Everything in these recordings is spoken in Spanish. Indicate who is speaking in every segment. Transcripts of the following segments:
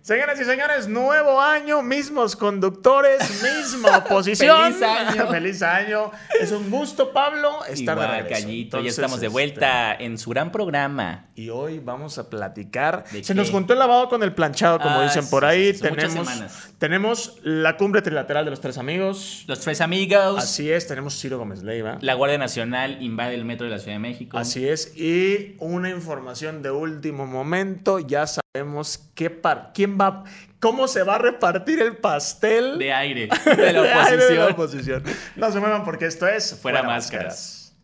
Speaker 1: Señoras y señores, nuevo año, mismos conductores, misma oposición.
Speaker 2: Feliz año.
Speaker 1: Feliz año. Es un gusto, Pablo, estar de
Speaker 2: Igual,
Speaker 1: regreso.
Speaker 2: Gallito,
Speaker 1: Entonces,
Speaker 2: ya estamos de
Speaker 1: este,
Speaker 2: vuelta en su gran programa.
Speaker 1: Y hoy vamos a platicar.
Speaker 2: ¿De
Speaker 1: Se
Speaker 2: qué?
Speaker 1: nos juntó el lavado con el planchado, como
Speaker 2: Ah,
Speaker 1: dicen
Speaker 2: sí,
Speaker 1: por
Speaker 2: sí,
Speaker 1: ahí.
Speaker 2: sí, sí, muchas
Speaker 1: tenemos,
Speaker 2: semanas.
Speaker 1: tenemos la cumbre trilateral de los tres amigos.
Speaker 2: Los tres amigos,
Speaker 1: Así es, tenemos Ciro Gómez Leiva.
Speaker 2: la Guardia Nacional invade el metro de la Ciudad de México.
Speaker 1: Así es. Y una información de último momento. Ya sabemos qué par quién va, cómo se va a repartir el pastel
Speaker 2: De aire, de la
Speaker 1: de aire de la
Speaker 2: oposición.
Speaker 1: oposición. No se muevan porque esto es
Speaker 2: Fuera Máscaras.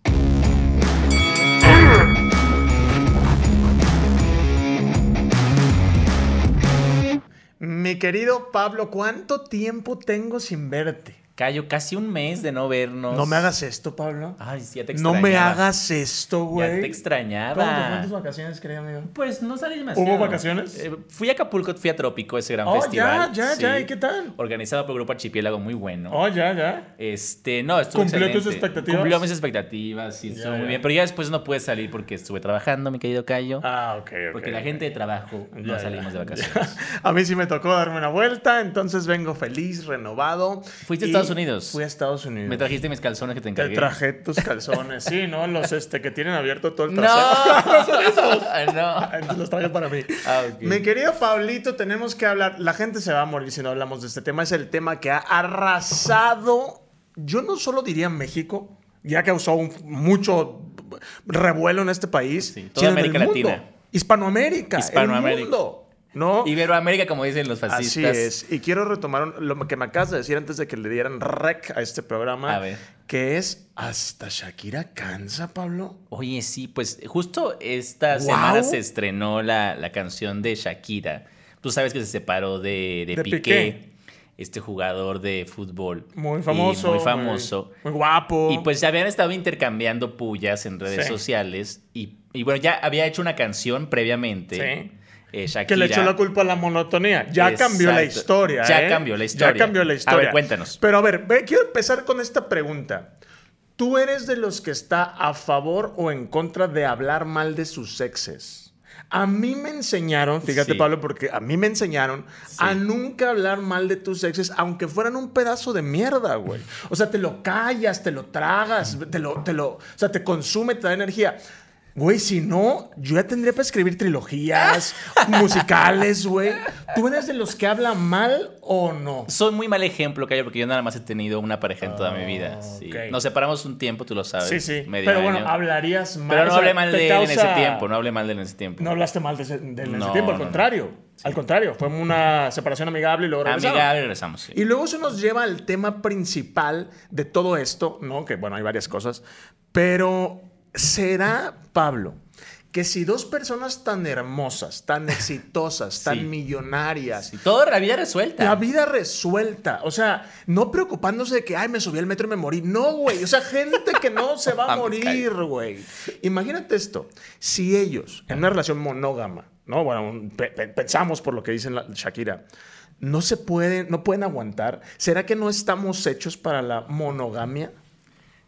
Speaker 1: Mi querido Pablo, ¿cuánto tiempo tengo sin verte?
Speaker 2: Cayo, casi un mes de no vernos.
Speaker 1: No me hagas esto, Pablo.
Speaker 2: Ay, sí, ya Ah, te
Speaker 1: No
Speaker 2: extrañaba.
Speaker 1: me hagas esto, güey.
Speaker 2: Ya te
Speaker 1: ¿Cómo te fueron
Speaker 2: extrañaba.
Speaker 1: tus vacaciones, querido amigo?
Speaker 2: Pues no salí demasiado.
Speaker 1: ¿Hubo vacaciones?
Speaker 2: Eh, fui a Acapulco, fui a Trópico, ese gran
Speaker 1: Oh,
Speaker 2: festival.
Speaker 1: ya, ya, ya.
Speaker 2: sí.
Speaker 1: ¿Y qué tal?
Speaker 2: Organizado por Grupo Archipiélago, muy bueno.
Speaker 1: Oh, ya, ya.
Speaker 2: Este, no, estuvo
Speaker 1: ¿Cumplió tus
Speaker 2: excelente.
Speaker 1: expectativas?
Speaker 2: Cumplió mis expectativas, sí, estuvo
Speaker 1: Ya, ya.
Speaker 2: muy bien. Pero ya después no pude salir porque estuve trabajando, mi querido Cayo.
Speaker 1: Ah, ok, ok.
Speaker 2: porque la gente de trabajo no
Speaker 1: Ya,
Speaker 2: salimos
Speaker 1: ya.
Speaker 2: de vacaciones.
Speaker 1: A mí sí me tocó darme una vuelta, entonces vengo feliz, renovado.
Speaker 2: ¿Fuiste a
Speaker 1: Y
Speaker 2: Estados Unidos?
Speaker 1: Fui a Estados Unidos.
Speaker 2: Me trajiste mis calzones que te
Speaker 1: Te
Speaker 2: encargué.
Speaker 1: traje tus calzones, sí, ¿no? Los este, que tienen abierto todo el
Speaker 2: ¡No!
Speaker 1: trasero.
Speaker 2: ¡No!
Speaker 1: Entonces los traje para mí.
Speaker 2: Ah, ok.
Speaker 1: Mi querido Pablito, tenemos que hablar. La gente se va a morir si no hablamos de este tema. Es el tema que ha arrasado. Yo no solo diría México, ya causó un- mucho revuelo en este país,
Speaker 2: Sí,
Speaker 1: sino
Speaker 2: toda
Speaker 1: en
Speaker 2: América
Speaker 1: el mundo.
Speaker 2: Latina.
Speaker 1: Hispanoamérica. Hispanoamérica.
Speaker 2: Hispanoamérica.
Speaker 1: El mundo, ¿no?
Speaker 2: Iberoamérica, como dicen los
Speaker 1: Así
Speaker 2: fascistas.
Speaker 1: es. Y quiero retomar un- lo que me acabas de decir antes de que le dieran rec a este programa.
Speaker 2: A ver.
Speaker 1: Que es hasta Shakira cansa, Pablo.
Speaker 2: Oye, sí, pues justo esta
Speaker 1: Guau.
Speaker 2: semana se estrenó la, la canción de Shakira. Tú sabes que se separó de, de
Speaker 1: De
Speaker 2: Piqué,
Speaker 1: Piqué.
Speaker 2: este jugador de fútbol.
Speaker 1: Muy
Speaker 2: Y
Speaker 1: famoso.
Speaker 2: Muy famoso.
Speaker 1: Muy, muy guapo.
Speaker 2: Y pues ya habían estado intercambiando pullas en redes
Speaker 1: Sí.
Speaker 2: sociales. Y, y bueno, ya había hecho una canción previamente.
Speaker 1: Sí.
Speaker 2: eh, Shakira.
Speaker 1: Que le echó la culpa a la monotonía. Ya
Speaker 2: Exacto.
Speaker 1: cambió la historia.
Speaker 2: Ya
Speaker 1: ¿eh?
Speaker 2: cambió la historia.
Speaker 1: Ya cambió la
Speaker 2: A ver,
Speaker 1: historia.
Speaker 2: cuéntanos.
Speaker 1: Pero a ver, ve, quiero empezar con esta pregunta. ¿Tú eres de los que está a favor o en contra de hablar mal de sus exes? A mí me enseñaron, fíjate
Speaker 2: Sí.
Speaker 1: Pablo, porque a mí me enseñaron a nunca hablar mal de tus exes, aunque fueran un pedazo de mierda, güey. O sea, te lo callas, te lo tragas, te lo, te lo, o sea, te consume, te da energía. Güey, si no, yo ya tendría para escribir trilogías, musicales, güey. ¿Tú eres de los que habla mal o no?
Speaker 2: Soy muy mal ejemplo, Cayo, porque yo nada más he tenido una pareja en toda mi vida. sí.
Speaker 1: Ah, ok.
Speaker 2: Nos separamos un tiempo, tú lo sabes.
Speaker 1: Sí, sí.
Speaker 2: medio
Speaker 1: Pero bueno,
Speaker 2: año.
Speaker 1: hablarías mal.
Speaker 2: Pero no
Speaker 1: o sea,
Speaker 2: hablé mal
Speaker 1: te
Speaker 2: de él en ese
Speaker 1: causa-
Speaker 2: tiempo, no hablé mal de él en ese tiempo.
Speaker 1: No hablaste mal de ese, de él en ese
Speaker 2: No,
Speaker 1: tiempo,
Speaker 2: no,
Speaker 1: al
Speaker 2: no.
Speaker 1: contrario. Al contrario, fue una separación amigable y luego regresaron.
Speaker 2: Amiga, Ah, regresamos. sí.
Speaker 1: Y luego eso nos lleva al tema principal de todo esto, ¿no? Que bueno, hay varias cosas. Pero será, Pablo, que si dos personas tan hermosas, tan exitosas, tan
Speaker 2: Sí.
Speaker 1: millonarias,
Speaker 2: Sí, Todo la vida resuelta.
Speaker 1: la vida resuelta, o sea, no preocupándose de que, ay, me subí al metro y me morí. No, güey, o sea, gente que no se va a morir, güey. Imagínate esto, si ellos, en una relación monógama, ¿no? Bueno, un- pe- pe- pensamos por lo que dicen la- Shakira, no se pueden, no pueden aguantar. ¿Será que no estamos hechos para la monogamia?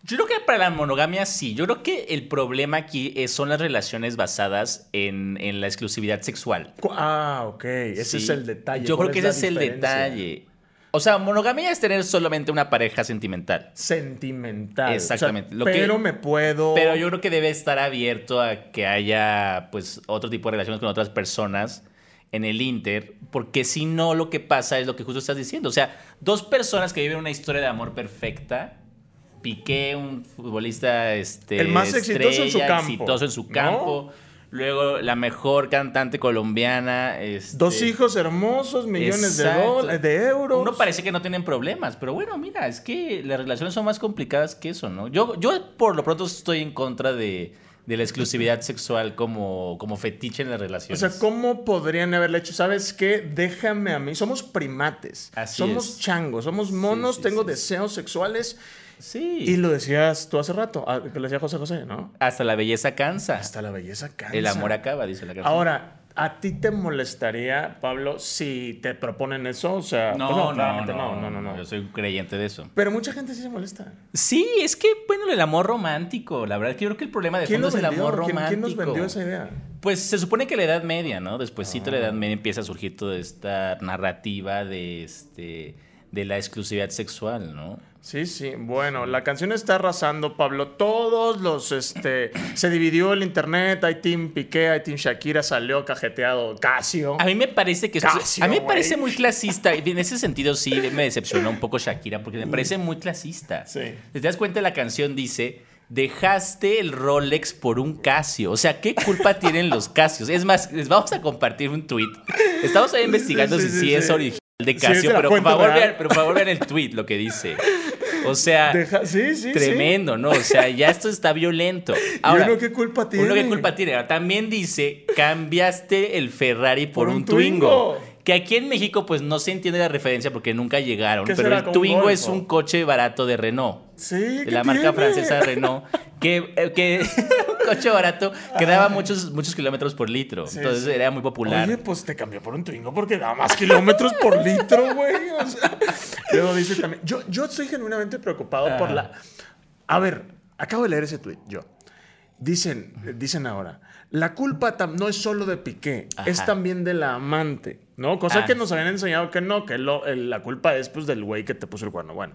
Speaker 2: Yo creo que para la monogamia sí. Yo creo que el problema aquí es- son las relaciones basadas en, en la exclusividad sexual.
Speaker 1: Cu- Ah, ok, ese
Speaker 2: Sí.
Speaker 1: es el detalle.
Speaker 2: Yo
Speaker 1: ¿Cuál
Speaker 2: creo que ese
Speaker 1: la
Speaker 2: es el
Speaker 1: diferencia?
Speaker 2: detalle. O sea, monogamia es tener solamente una pareja sentimental.
Speaker 1: Sentimental. O sea,
Speaker 2: Exactamente, lo que-
Speaker 1: pero me puedo.
Speaker 2: Pero yo creo que debe estar abierto a que haya pues otro tipo de relaciones con otras personas en el Inter, porque si no lo que pasa es lo que justo estás diciendo, o sea, dos personas que viven una historia de amor perfecta, Piqué, un futbolista este
Speaker 1: El más exitoso en su
Speaker 2: estrella,
Speaker 1: campo,
Speaker 2: exitoso en su
Speaker 1: ¿no?
Speaker 2: campo, luego la mejor cantante colombiana, este,
Speaker 1: Dos hijos hermosos, millones de,
Speaker 2: Exacto.
Speaker 1: dólares, de euros.
Speaker 2: Uno parece que no tienen problemas, pero bueno, mira, es que las relaciones son más complicadas que eso, ¿no? Yo, yo por lo pronto estoy en contra de, de la exclusividad sexual como, como fetiche en las
Speaker 1: O
Speaker 2: relaciones.
Speaker 1: sea, ¿cómo podrían haberle hecho? ¿Sabes qué? Déjame a mí. Somos primates.
Speaker 2: Así
Speaker 1: somos
Speaker 2: es.
Speaker 1: changos, somos monos,
Speaker 2: sí,
Speaker 1: tengo
Speaker 2: sí.
Speaker 1: deseos sexuales.
Speaker 2: sí.
Speaker 1: Y lo decías tú hace rato, ah, que lo decía José José, ¿no?
Speaker 2: Hasta la belleza cansa.
Speaker 1: Hasta la belleza cansa.
Speaker 2: El amor acaba, dice la canción.
Speaker 1: Ahora, ¿a ti te molestaría, Pablo, si te proponen eso? O sea,
Speaker 2: no,
Speaker 1: pues
Speaker 2: no, no,
Speaker 1: claramente
Speaker 2: no,
Speaker 1: no, no, no, no.
Speaker 2: Yo soy un creyente de eso.
Speaker 1: Pero mucha gente sí se molesta.
Speaker 2: Sí, es que, bueno, el amor romántico. La verdad es que yo creo que el problema de
Speaker 1: ¿Quién
Speaker 2: fondo
Speaker 1: nos
Speaker 2: es el
Speaker 1: vendió?
Speaker 2: amor
Speaker 1: ¿Quién,
Speaker 2: romántico.
Speaker 1: quién nos vendió esa idea?
Speaker 2: Pues se supone que la Edad Media, ¿no? Despuésito de la Edad Media empieza a surgir toda esta narrativa de este de la exclusividad sexual, ¿no?
Speaker 1: Sí, sí. Bueno, la canción está arrasando, Pablo. Todos los, este, se dividió el internet. Hay Team Piqué, hay Team Shakira, salió cajeteado Casio.
Speaker 2: A mí me parece que esto-
Speaker 1: Casio,
Speaker 2: a mí me
Speaker 1: güey.
Speaker 2: parece muy clasista. y En ese sentido sí me decepcionó un poco Shakira porque me parece muy clasista.
Speaker 1: Sí.
Speaker 2: Si te das cuenta la canción dice Dejaste el Rolex por un Casio. O sea, ¿qué culpa tienen los Casios? Es más, les vamos a compartir un tweet. Estamos ahí investigando
Speaker 1: Sí, sí,
Speaker 2: si
Speaker 1: sí,
Speaker 2: sí es
Speaker 1: sí.
Speaker 2: original de
Speaker 1: es
Speaker 2: Casio,
Speaker 1: de la
Speaker 2: pero, por
Speaker 1: cuenta
Speaker 2: favor,
Speaker 1: real.
Speaker 2: vean, pero por favor vean el tweet lo que dice. O sea,
Speaker 1: Deja- sí, sí, sí.
Speaker 2: tremendo, ¿no? O sea, ya esto está violento. Ahora,
Speaker 1: uno qué culpa
Speaker 2: Uno qué
Speaker 1: tiene?
Speaker 2: culpa tiene. Ahora, también dice, cambiaste el Ferrari por,
Speaker 1: Por
Speaker 2: un,
Speaker 1: un
Speaker 2: Twingo.
Speaker 1: Twingo.
Speaker 2: Que aquí en México, pues no se entiende la referencia porque nunca llegaron.
Speaker 1: ¿Qué
Speaker 2: Pero
Speaker 1: será,
Speaker 2: el
Speaker 1: como un
Speaker 2: Twingo
Speaker 1: Golfo?
Speaker 2: es un coche barato de Renault.
Speaker 1: Sí,
Speaker 2: De
Speaker 1: ¿qué
Speaker 2: la marca
Speaker 1: tiene?
Speaker 2: francesa Renault. Que, eh, que un coche barato que daba muchos, muchos kilómetros por litro.
Speaker 1: Sí,
Speaker 2: Entonces
Speaker 1: sí.
Speaker 2: era muy popular.
Speaker 1: Oye, pues te cambió por un Twingo porque da más kilómetros por litro, güey. O sea, luego dice también. Yo, yo estoy genuinamente preocupado por
Speaker 2: Ajá.
Speaker 1: la. A ver, acabo de leer ese tweet, yo. Dicen, dicen ahora, la culpa tam- no es solo de Piqué,
Speaker 2: Ajá.
Speaker 1: es también de la amante, ¿no? Cosa
Speaker 2: Ah.
Speaker 1: que nos habían enseñado que no, que lo- el- la culpa es pues del güey que te puso el cuerno. Bueno,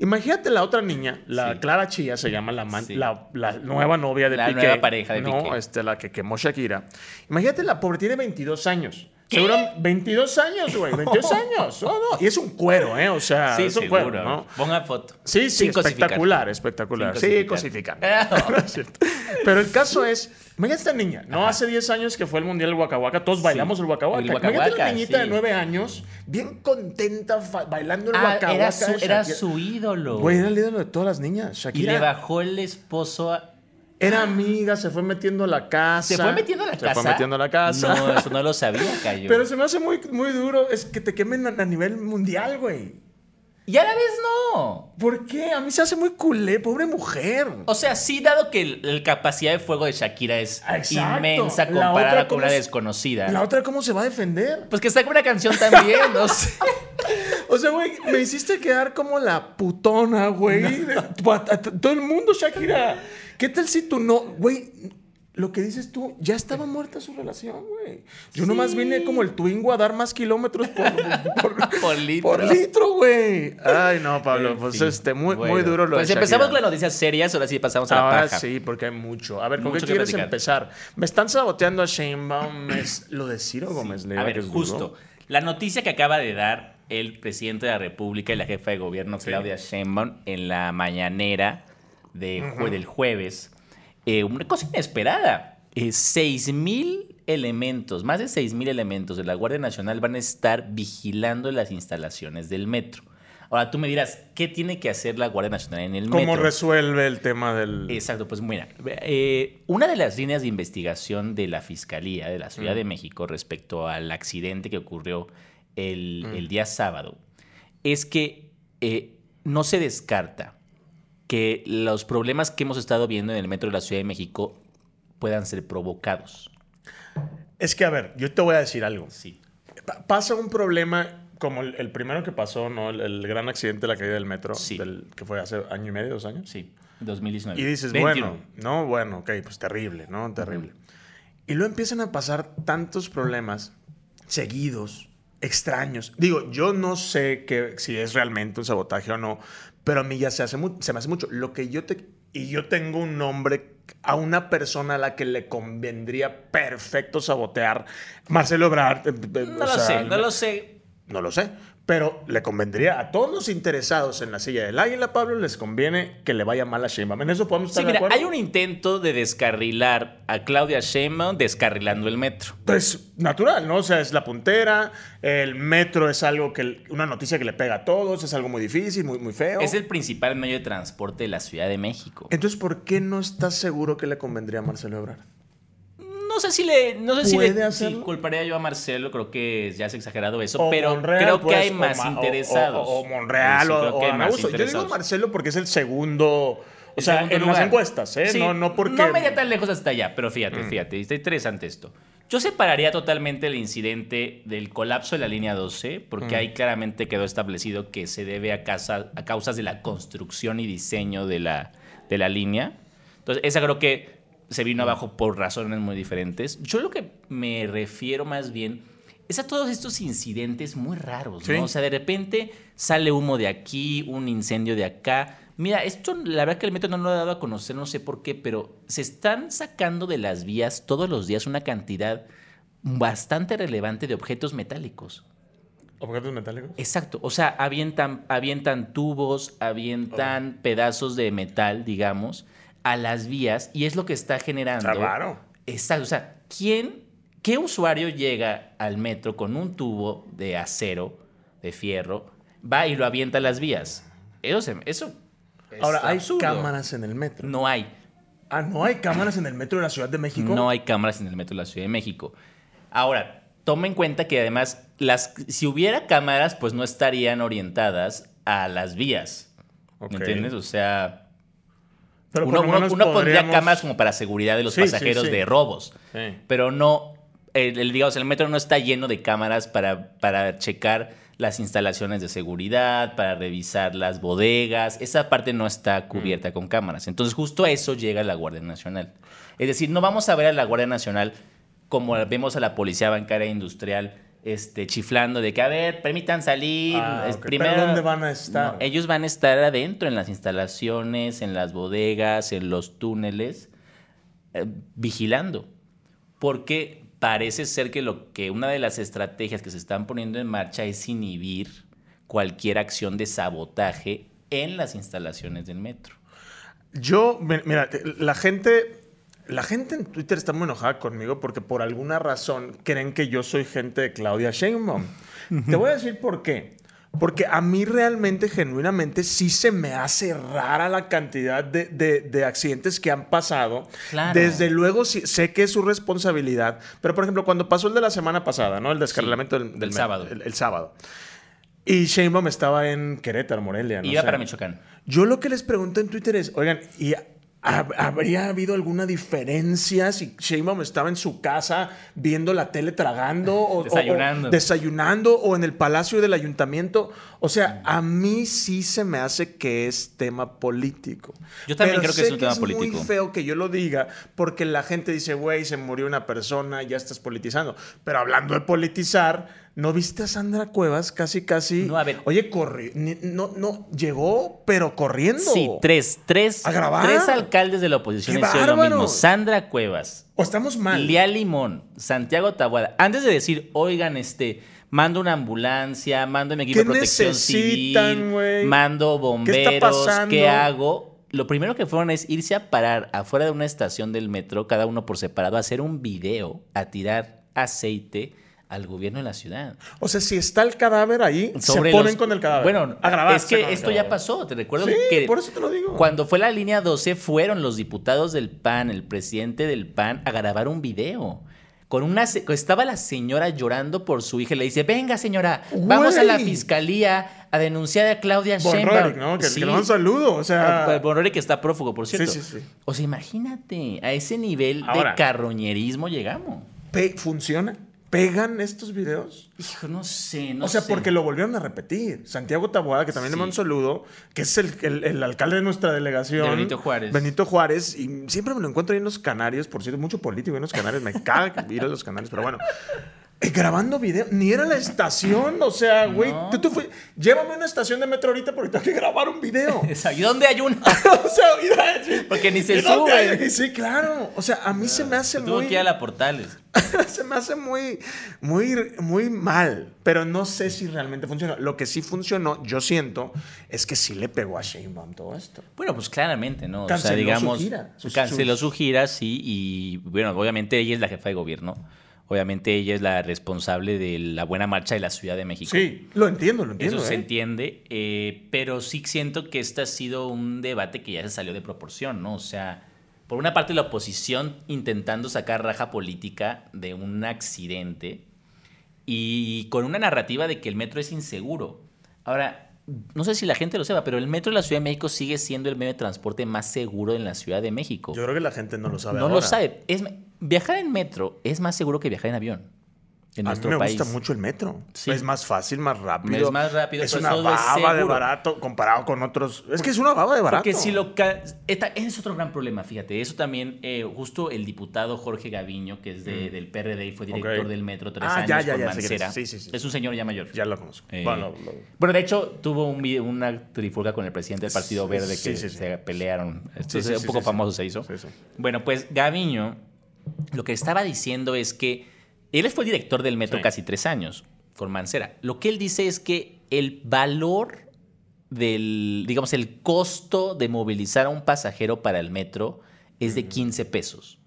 Speaker 1: imagínate la otra niña, la
Speaker 2: Sí.
Speaker 1: Clara Chía se llama la, amante,
Speaker 2: Sí.
Speaker 1: la, la nueva novia de
Speaker 2: La
Speaker 1: Piqué.
Speaker 2: nueva pareja de
Speaker 1: ¿no?
Speaker 2: Piqué.
Speaker 1: este, la que quemó Shakira. Imagínate, la pobre tiene 22 años. Seguro, 22 años, güey, 22 años. No, no, Y es un cuero, ¿eh? O sea,
Speaker 2: sí,
Speaker 1: es un
Speaker 2: seguro.
Speaker 1: cuero, ¿no?
Speaker 2: Ponga foto.
Speaker 1: Sí, sí,
Speaker 2: Sin cosificar.
Speaker 1: espectacular, espectacular.
Speaker 2: Sin
Speaker 1: Sí,
Speaker 2: cosificar. Ah,
Speaker 1: cosifican. No es cierto. Pero el caso es, imagínate esta niña, ¿no? Hace 10 años que fue el Mundial del Huacahuaca, todos bailamos el Huacahuaca.
Speaker 2: el
Speaker 1: Imagínate
Speaker 2: Huacahuaca,
Speaker 1: la niñita
Speaker 2: sí.
Speaker 1: de 9 años, bien contenta, fa- bailando el
Speaker 2: Ah,
Speaker 1: Huacahuaca.
Speaker 2: era
Speaker 1: de
Speaker 2: su,
Speaker 1: Shakira.
Speaker 2: era su ídolo.
Speaker 1: Güey, era el ídolo de todas las niñas.
Speaker 2: y le
Speaker 1: Shakira
Speaker 2: bajó el esposo a,
Speaker 1: era amiga, se fue metiendo a la casa.
Speaker 2: ¿Se fue metiendo a la casa?
Speaker 1: Se fue metiendo a la casa.
Speaker 2: No, eso no lo sabía, Cayo.
Speaker 1: Pero se me hace muy, muy duro es que te quemen a, a nivel mundial, güey.
Speaker 2: Y a la vez no.
Speaker 1: ¿Por qué? A mí se hace muy culé, pobre mujer.
Speaker 2: O sea, sí, dado que el- la capacidad de fuego de Shakira es
Speaker 1: Ah, Exacto.
Speaker 2: inmensa
Speaker 1: La
Speaker 2: comparada
Speaker 1: otra,
Speaker 2: con
Speaker 1: ¿cómo
Speaker 2: una
Speaker 1: es?
Speaker 2: desconocida.
Speaker 1: La otra, ¿cómo se va a defender?
Speaker 2: Pues que saque una canción también, no sé.
Speaker 1: O sea, güey, me hiciste quedar como la putona, güey. de- tu- a- a- Todo el mundo, Shakira. ¿Qué tal si tú no, güey? Lo que dices tú, ya estaba muerta su relación, güey. Yo nomás
Speaker 2: Sí.
Speaker 1: vine como el Twingo a dar más kilómetros por, por,
Speaker 2: Por litro.
Speaker 1: por litro, güey. Ay, no, Pablo,
Speaker 2: En
Speaker 1: pues
Speaker 2: fin,
Speaker 1: este, muy,
Speaker 2: bueno.
Speaker 1: muy duro lo
Speaker 2: Pues
Speaker 1: de
Speaker 2: empezamos
Speaker 1: Shakira.
Speaker 2: con las noticias serias, ahora sí pasamos a la
Speaker 1: Ahora
Speaker 2: paja.
Speaker 1: sí, porque hay mucho. A ver, ¿con
Speaker 2: Mucho que
Speaker 1: qué quieres
Speaker 2: platicar.
Speaker 1: empezar? Me están saboteando a Shane Baum. Es lo de Ciro Gómez Leiva.
Speaker 2: A
Speaker 1: Pues, que
Speaker 2: ver,
Speaker 1: es
Speaker 2: justo.
Speaker 1: duro.
Speaker 2: La noticia que acaba de dar el presidente de la República y la jefa de gobierno, Claudia Sheinbaum, en la mañanera de jue- del jueves, eh, una cosa inesperada. Eh, Seis mil elementos, más de seis mil elementos de la Guardia Nacional van a estar vigilando las instalaciones del metro. Ahora tú me dirás, ¿qué tiene que hacer la Guardia Nacional en el
Speaker 1: ¿Cómo
Speaker 2: metro?
Speaker 1: resuelve el tema del.
Speaker 2: Exacto, pues mira, eh, una de las líneas de investigación de la Fiscalía de la Ciudad de México respecto al accidente que ocurrió el, el día sábado es que eh, no se descarta que los problemas que hemos estado viendo en el metro de la Ciudad de México puedan ser provocados.
Speaker 1: Es que, a ver, yo te voy a decir algo.
Speaker 2: Sí.
Speaker 1: Pa- pasa un problema como el, el primero que pasó, ¿no? El, el gran accidente de la caída del metro,
Speaker 2: Sí.
Speaker 1: del, que fue hace año y medio, dos años.
Speaker 2: Sí, 2019.
Speaker 1: Y dices,
Speaker 2: 21.
Speaker 1: bueno, no, bueno, ok, pues terrible, ¿no? Terrible. Y luego empiezan a pasar tantos problemas seguidos, extraños. Digo, yo no sé que, si es realmente un sabotaje o no, pero a mí ya se, hace mu- se me hace mucho. Lo que yo te... Y yo tengo un nombre a una persona a la que le convendría perfecto sabotear. Marcelo Ebrard. eh, eh,
Speaker 2: No
Speaker 1: o
Speaker 2: lo
Speaker 1: sea,
Speaker 2: sé, no lo sé.
Speaker 1: no lo sé. Pero le convendría a todos los interesados en la silla del águila, Pablo, les conviene que le vaya mal a Sheinbaum. En eso podemos estar
Speaker 2: Sí,
Speaker 1: de
Speaker 2: mira,
Speaker 1: acuerdo.
Speaker 2: hay un intento de descarrilar a Claudia Sheinbaum descarrilando el metro.
Speaker 1: Pues natural, ¿no? O sea, es la puntera, el metro es algo que, una noticia que le pega a todos, es algo muy difícil, muy, muy feo.
Speaker 2: Es el principal medio de transporte de la Ciudad de México.
Speaker 1: Entonces, ¿por qué no estás seguro que le convendría a Marcelo Ebrard?
Speaker 2: No sé si le, no sé si
Speaker 1: ¿Puede
Speaker 2: le si
Speaker 1: hacerlo?
Speaker 2: culparía yo a Marcelo, creo que ya es exagerado eso,
Speaker 1: O
Speaker 2: pero
Speaker 1: Monreal,
Speaker 2: creo que
Speaker 1: pues,
Speaker 2: hay
Speaker 1: o
Speaker 2: más
Speaker 1: Ma- o-
Speaker 2: interesados.
Speaker 1: O, o Monreal
Speaker 2: Sí,
Speaker 1: o,
Speaker 2: creo
Speaker 1: o
Speaker 2: que hay
Speaker 1: Ana
Speaker 2: más
Speaker 1: Augusto. Yo digo
Speaker 2: interesados.
Speaker 1: Marcelo porque es el segundo, o
Speaker 2: En
Speaker 1: sea,
Speaker 2: segundo
Speaker 1: en las
Speaker 2: lugar.
Speaker 1: encuestas, ¿eh?
Speaker 2: Sí,
Speaker 1: no, no porque... Mm.
Speaker 2: No me iría tan lejos hasta allá, pero fíjate, fíjate, está interesante esto. Yo separaría totalmente el incidente del colapso de la línea 12,
Speaker 1: Mm.
Speaker 2: porque ahí claramente quedó establecido que se debe a, casa- a causas de la construcción y diseño de la, de la línea. Entonces, esa creo que se
Speaker 1: Mm.
Speaker 2: vino abajo por razones muy diferentes. Yo lo que me refiero más bien es a todos estos incidentes muy raros,
Speaker 1: Sí.
Speaker 2: ¿no? O sea, de repente sale humo de aquí, un incendio de acá. Mira, esto la verdad que el método no lo ha dado a conocer, no sé por qué, pero se están sacando de las vías todos los días una cantidad bastante relevante de objetos metálicos.
Speaker 1: ¿Objetos metálicos?
Speaker 2: Exacto, o sea, avientan, avientan tubos, avientan pedazos de metal, digamos, a las vías y es lo que está generando.
Speaker 1: Está raro.
Speaker 2: Exacto, o sea, ¿quién, qué usuario llega al metro con un tubo de acero, de fierro, va y lo avienta a las vías? Eso, se- eso es
Speaker 1: Ahora, ¿hay
Speaker 2: absurdo.
Speaker 1: cámaras en el metro?
Speaker 2: No hay.
Speaker 1: Ah, ¿no hay cámaras en el metro de la Ciudad de México?
Speaker 2: No hay cámaras en el metro de la Ciudad de México. Ahora, toma en cuenta que además, las, si hubiera cámaras, pues no estarían orientadas a las vías. ¿Me
Speaker 1: Ok.
Speaker 2: entiendes? O sea,
Speaker 1: Pero por
Speaker 2: uno,
Speaker 1: lo
Speaker 2: uno-
Speaker 1: menos
Speaker 2: uno pondría
Speaker 1: podríamos-
Speaker 2: cámaras como para seguridad de los
Speaker 1: Sí, sí,
Speaker 2: pasajeros
Speaker 1: sí.
Speaker 2: de robos.
Speaker 1: Sí.
Speaker 2: Pero no, el, el- digamos, el metro no está lleno de cámaras para, para checar las instalaciones de seguridad, para revisar las bodegas. Esa parte no
Speaker 1: Mm.
Speaker 2: está cubierta con cámaras. Entonces, justo a eso llega la Guardia Nacional. Es decir, no vamos a ver a la Guardia Nacional como vemos a la Policía Bancaria e Industrial este, chiflando de que, a ver, permitan salir.
Speaker 1: Ah,
Speaker 2: es
Speaker 1: ok.
Speaker 2: primero-
Speaker 1: ¿Pero dónde van a estar?
Speaker 2: No, ellos van a estar adentro, en las instalaciones, en las bodegas, en los túneles eh, vigilando. Porque parece ser que, lo que una de las estrategias que se están poniendo en marcha es inhibir cualquier acción de sabotaje en las instalaciones del metro.
Speaker 1: Yo, mi- mira, te- la gente, la gente en Twitter está muy enojada conmigo porque por alguna razón creen que yo soy gente de Claudia Sheinbaum. Te voy a decir por qué. Porque a mí realmente, genuinamente, sí se me hace rara la cantidad de, de- de accidentes que han pasado.
Speaker 2: Claro.
Speaker 1: Desde luego sí- sé que es su responsabilidad. Pero, por ejemplo, cuando pasó el de la semana pasada, ¿no? El descarrilamiento del, del
Speaker 2: el
Speaker 1: metro,
Speaker 2: sábado.
Speaker 1: El, el sábado. Y Sheinbaum estaba en Querétaro, Morelia. No
Speaker 2: Iba
Speaker 1: sé.
Speaker 2: para Michoacán.
Speaker 1: Yo lo que les pregunto en Twitter es, oigan, ¿y hab- habría habido alguna diferencia si Sheinbaum estaba en su casa viendo la tele tragando o o-
Speaker 2: Desayunando.
Speaker 1: o desayunando o en el palacio del ayuntamiento? O sea, a mí sí se me hace que es tema político.
Speaker 2: Yo también creo que es
Speaker 1: sé
Speaker 2: un tema político.
Speaker 1: Muy feo que yo lo diga porque la gente dice, güey, se murió una persona, ya estás politizando. Pero hablando de politizar, ¿no viste a Sandra Cuevas casi casi?
Speaker 2: No, a ver.
Speaker 1: Oye, corri ni- no, no, llegó, pero corriendo.
Speaker 2: Sí, tres, tres,
Speaker 1: A grabar.
Speaker 2: tres alcaldes de la oposición
Speaker 1: ¡Qué
Speaker 2: hicieron lo mismo.
Speaker 1: bárbaro!
Speaker 2: Sandra Cuevas,
Speaker 1: O estamos mal.
Speaker 2: Lía Limón, Santiago Tabuada. Antes de decir, oigan, este, mando una ambulancia, mando mi equipo de
Speaker 1: ¿Qué
Speaker 2: protección
Speaker 1: necesitan,
Speaker 2: civil,
Speaker 1: güey?
Speaker 2: mando
Speaker 1: ¿Qué está
Speaker 2: bomberos, ¿qué,
Speaker 1: pasando?
Speaker 2: hago? Lo primero que fueron es irse a parar afuera de una estación del metro, cada uno por separado, a hacer un video, a tirar aceite al gobierno de la ciudad.
Speaker 1: O sea, si está el cadáver ahí,
Speaker 2: Sobre
Speaker 1: se ponen
Speaker 2: los-
Speaker 1: con el cadáver.
Speaker 2: Bueno,
Speaker 1: a grabar.
Speaker 2: es que esto ya pasó. Te recuerdo
Speaker 1: Sí,
Speaker 2: que
Speaker 1: por eso te lo digo.
Speaker 2: cuando fue la línea 12 fueron los diputados del PAN, el presidente del PAN, a grabar un video. Con una se- estaba la señora llorando por su hija y le dice, venga señora, vamos a la
Speaker 1: Güey.
Speaker 2: fiscalía a denunciar a Claudia
Speaker 1: Von
Speaker 2: Sheinbaum.
Speaker 1: Roerich, ¿no? Que,
Speaker 2: Sí.
Speaker 1: que le mando un saludo. O sea.
Speaker 2: Ah, Von Roerich que está prófugo, por
Speaker 1: Sí,
Speaker 2: cierto.
Speaker 1: sí, sí.
Speaker 2: O sea, imagínate, a ese nivel de
Speaker 1: Ahora.
Speaker 2: carroñerismo llegamos.
Speaker 1: pe- ¿Funciona? ¿Pegan estos videos?
Speaker 2: Hijo, no sé, no
Speaker 1: o sea,
Speaker 2: sé.
Speaker 1: porque lo volvieron a repetir. Santiago Taboada, que también
Speaker 2: Sí.
Speaker 1: le mando un saludo, que es el, el- el alcalde de nuestra delegación.
Speaker 2: De Benito Juárez.
Speaker 1: Benito Juárez. Y siempre me lo encuentro ahí en los Canarios, por cierto, mucho político en los Canarios. Me caga ir a los Canarios, pero bueno. Eh, grabando video, ni era la estación, o sea, güey,
Speaker 2: No.
Speaker 1: tú, tú fui- llévame a una estación de metro ahorita porque tengo que grabar un video.
Speaker 2: Exacto. ¿Y dónde hay una?
Speaker 1: o sea, mira,
Speaker 2: Porque ni se
Speaker 1: ¿y dónde hay
Speaker 2: suben.
Speaker 1: aquí? Sí, claro. O sea, a mí se me hace
Speaker 2: Tuvo
Speaker 1: muy.
Speaker 2: que ir a la Portales.
Speaker 1: se me hace muy, muy, muy mal. Pero no sé si realmente funcionó. Lo que sí funcionó, yo siento, es que sí le pegó a Sheinbaum todo esto.
Speaker 2: Bueno, pues claramente, ¿no? o sea,
Speaker 1: Canceló
Speaker 2: digamos,
Speaker 1: su gira. Sus-
Speaker 2: canceló
Speaker 1: sus-
Speaker 2: su gira, sí, y bueno, obviamente ella es la jefa de gobierno. Obviamente ella es la responsable de la buena marcha de la Ciudad de México.
Speaker 1: Sí, lo entiendo, lo
Speaker 2: Eso
Speaker 1: entiendo.
Speaker 2: se
Speaker 1: ¿eh?
Speaker 2: entiende, eh, pero sí siento que este ha sido un debate que ya se salió de proporción, ¿no? O sea, por una parte la oposición intentando sacar raja política de un accidente y con una narrativa de que el metro es inseguro. Ahora, no sé si la gente lo sepa, pero el metro de la Ciudad de México sigue siendo el medio de transporte más seguro en la Ciudad de México.
Speaker 1: Yo creo que la gente no lo sabe.
Speaker 2: no lo
Speaker 1: ahora.
Speaker 2: sabe. Es, viajar en metro es más seguro que viajar en avión. en
Speaker 1: a mí
Speaker 2: nuestro
Speaker 1: me
Speaker 2: país.
Speaker 1: gusta mucho el metro.
Speaker 2: Sí.
Speaker 1: Es más fácil, más rápido.
Speaker 2: Es más rápido,
Speaker 1: Es
Speaker 2: pero
Speaker 1: una
Speaker 2: todo es
Speaker 1: baba de
Speaker 2: seguro.
Speaker 1: barato comparado con otros. Es que es una baba de barato.
Speaker 2: Porque si lo... ca- esta- ese es otro gran problema, fíjate. Eso también, eh, justo el diputado Jorge Gaviño, que es de- del PRD y fue director
Speaker 1: Mm. Ok.
Speaker 2: del Metro tres
Speaker 1: Ah,
Speaker 2: años
Speaker 1: ya, ya,
Speaker 2: con
Speaker 1: ya, sé quién
Speaker 2: Mancera.
Speaker 1: es. Sí, sí, sí.
Speaker 2: Es un señor ya mayor.
Speaker 1: Ya lo conozco.
Speaker 2: Eh,
Speaker 1: Bueno, lo-
Speaker 2: bueno, de hecho, tuvo un vi- una trifulca con el presidente del Partido
Speaker 1: Sí,
Speaker 2: Verde que
Speaker 1: sí, sí, sí.
Speaker 2: se pelearon. Entonces,
Speaker 1: sí,
Speaker 2: un
Speaker 1: sí,
Speaker 2: poco
Speaker 1: sí,
Speaker 2: famoso
Speaker 1: sí.
Speaker 2: se hizo.
Speaker 1: Sí, sí.
Speaker 2: Bueno, pues Gaviño lo que estaba diciendo es que él fue el director del metro
Speaker 1: Sí.
Speaker 2: casi tres años con Mancera. Lo que él dice es que el valor del, digamos, el costo de movilizar a un pasajero para el metro es de 15 pesos.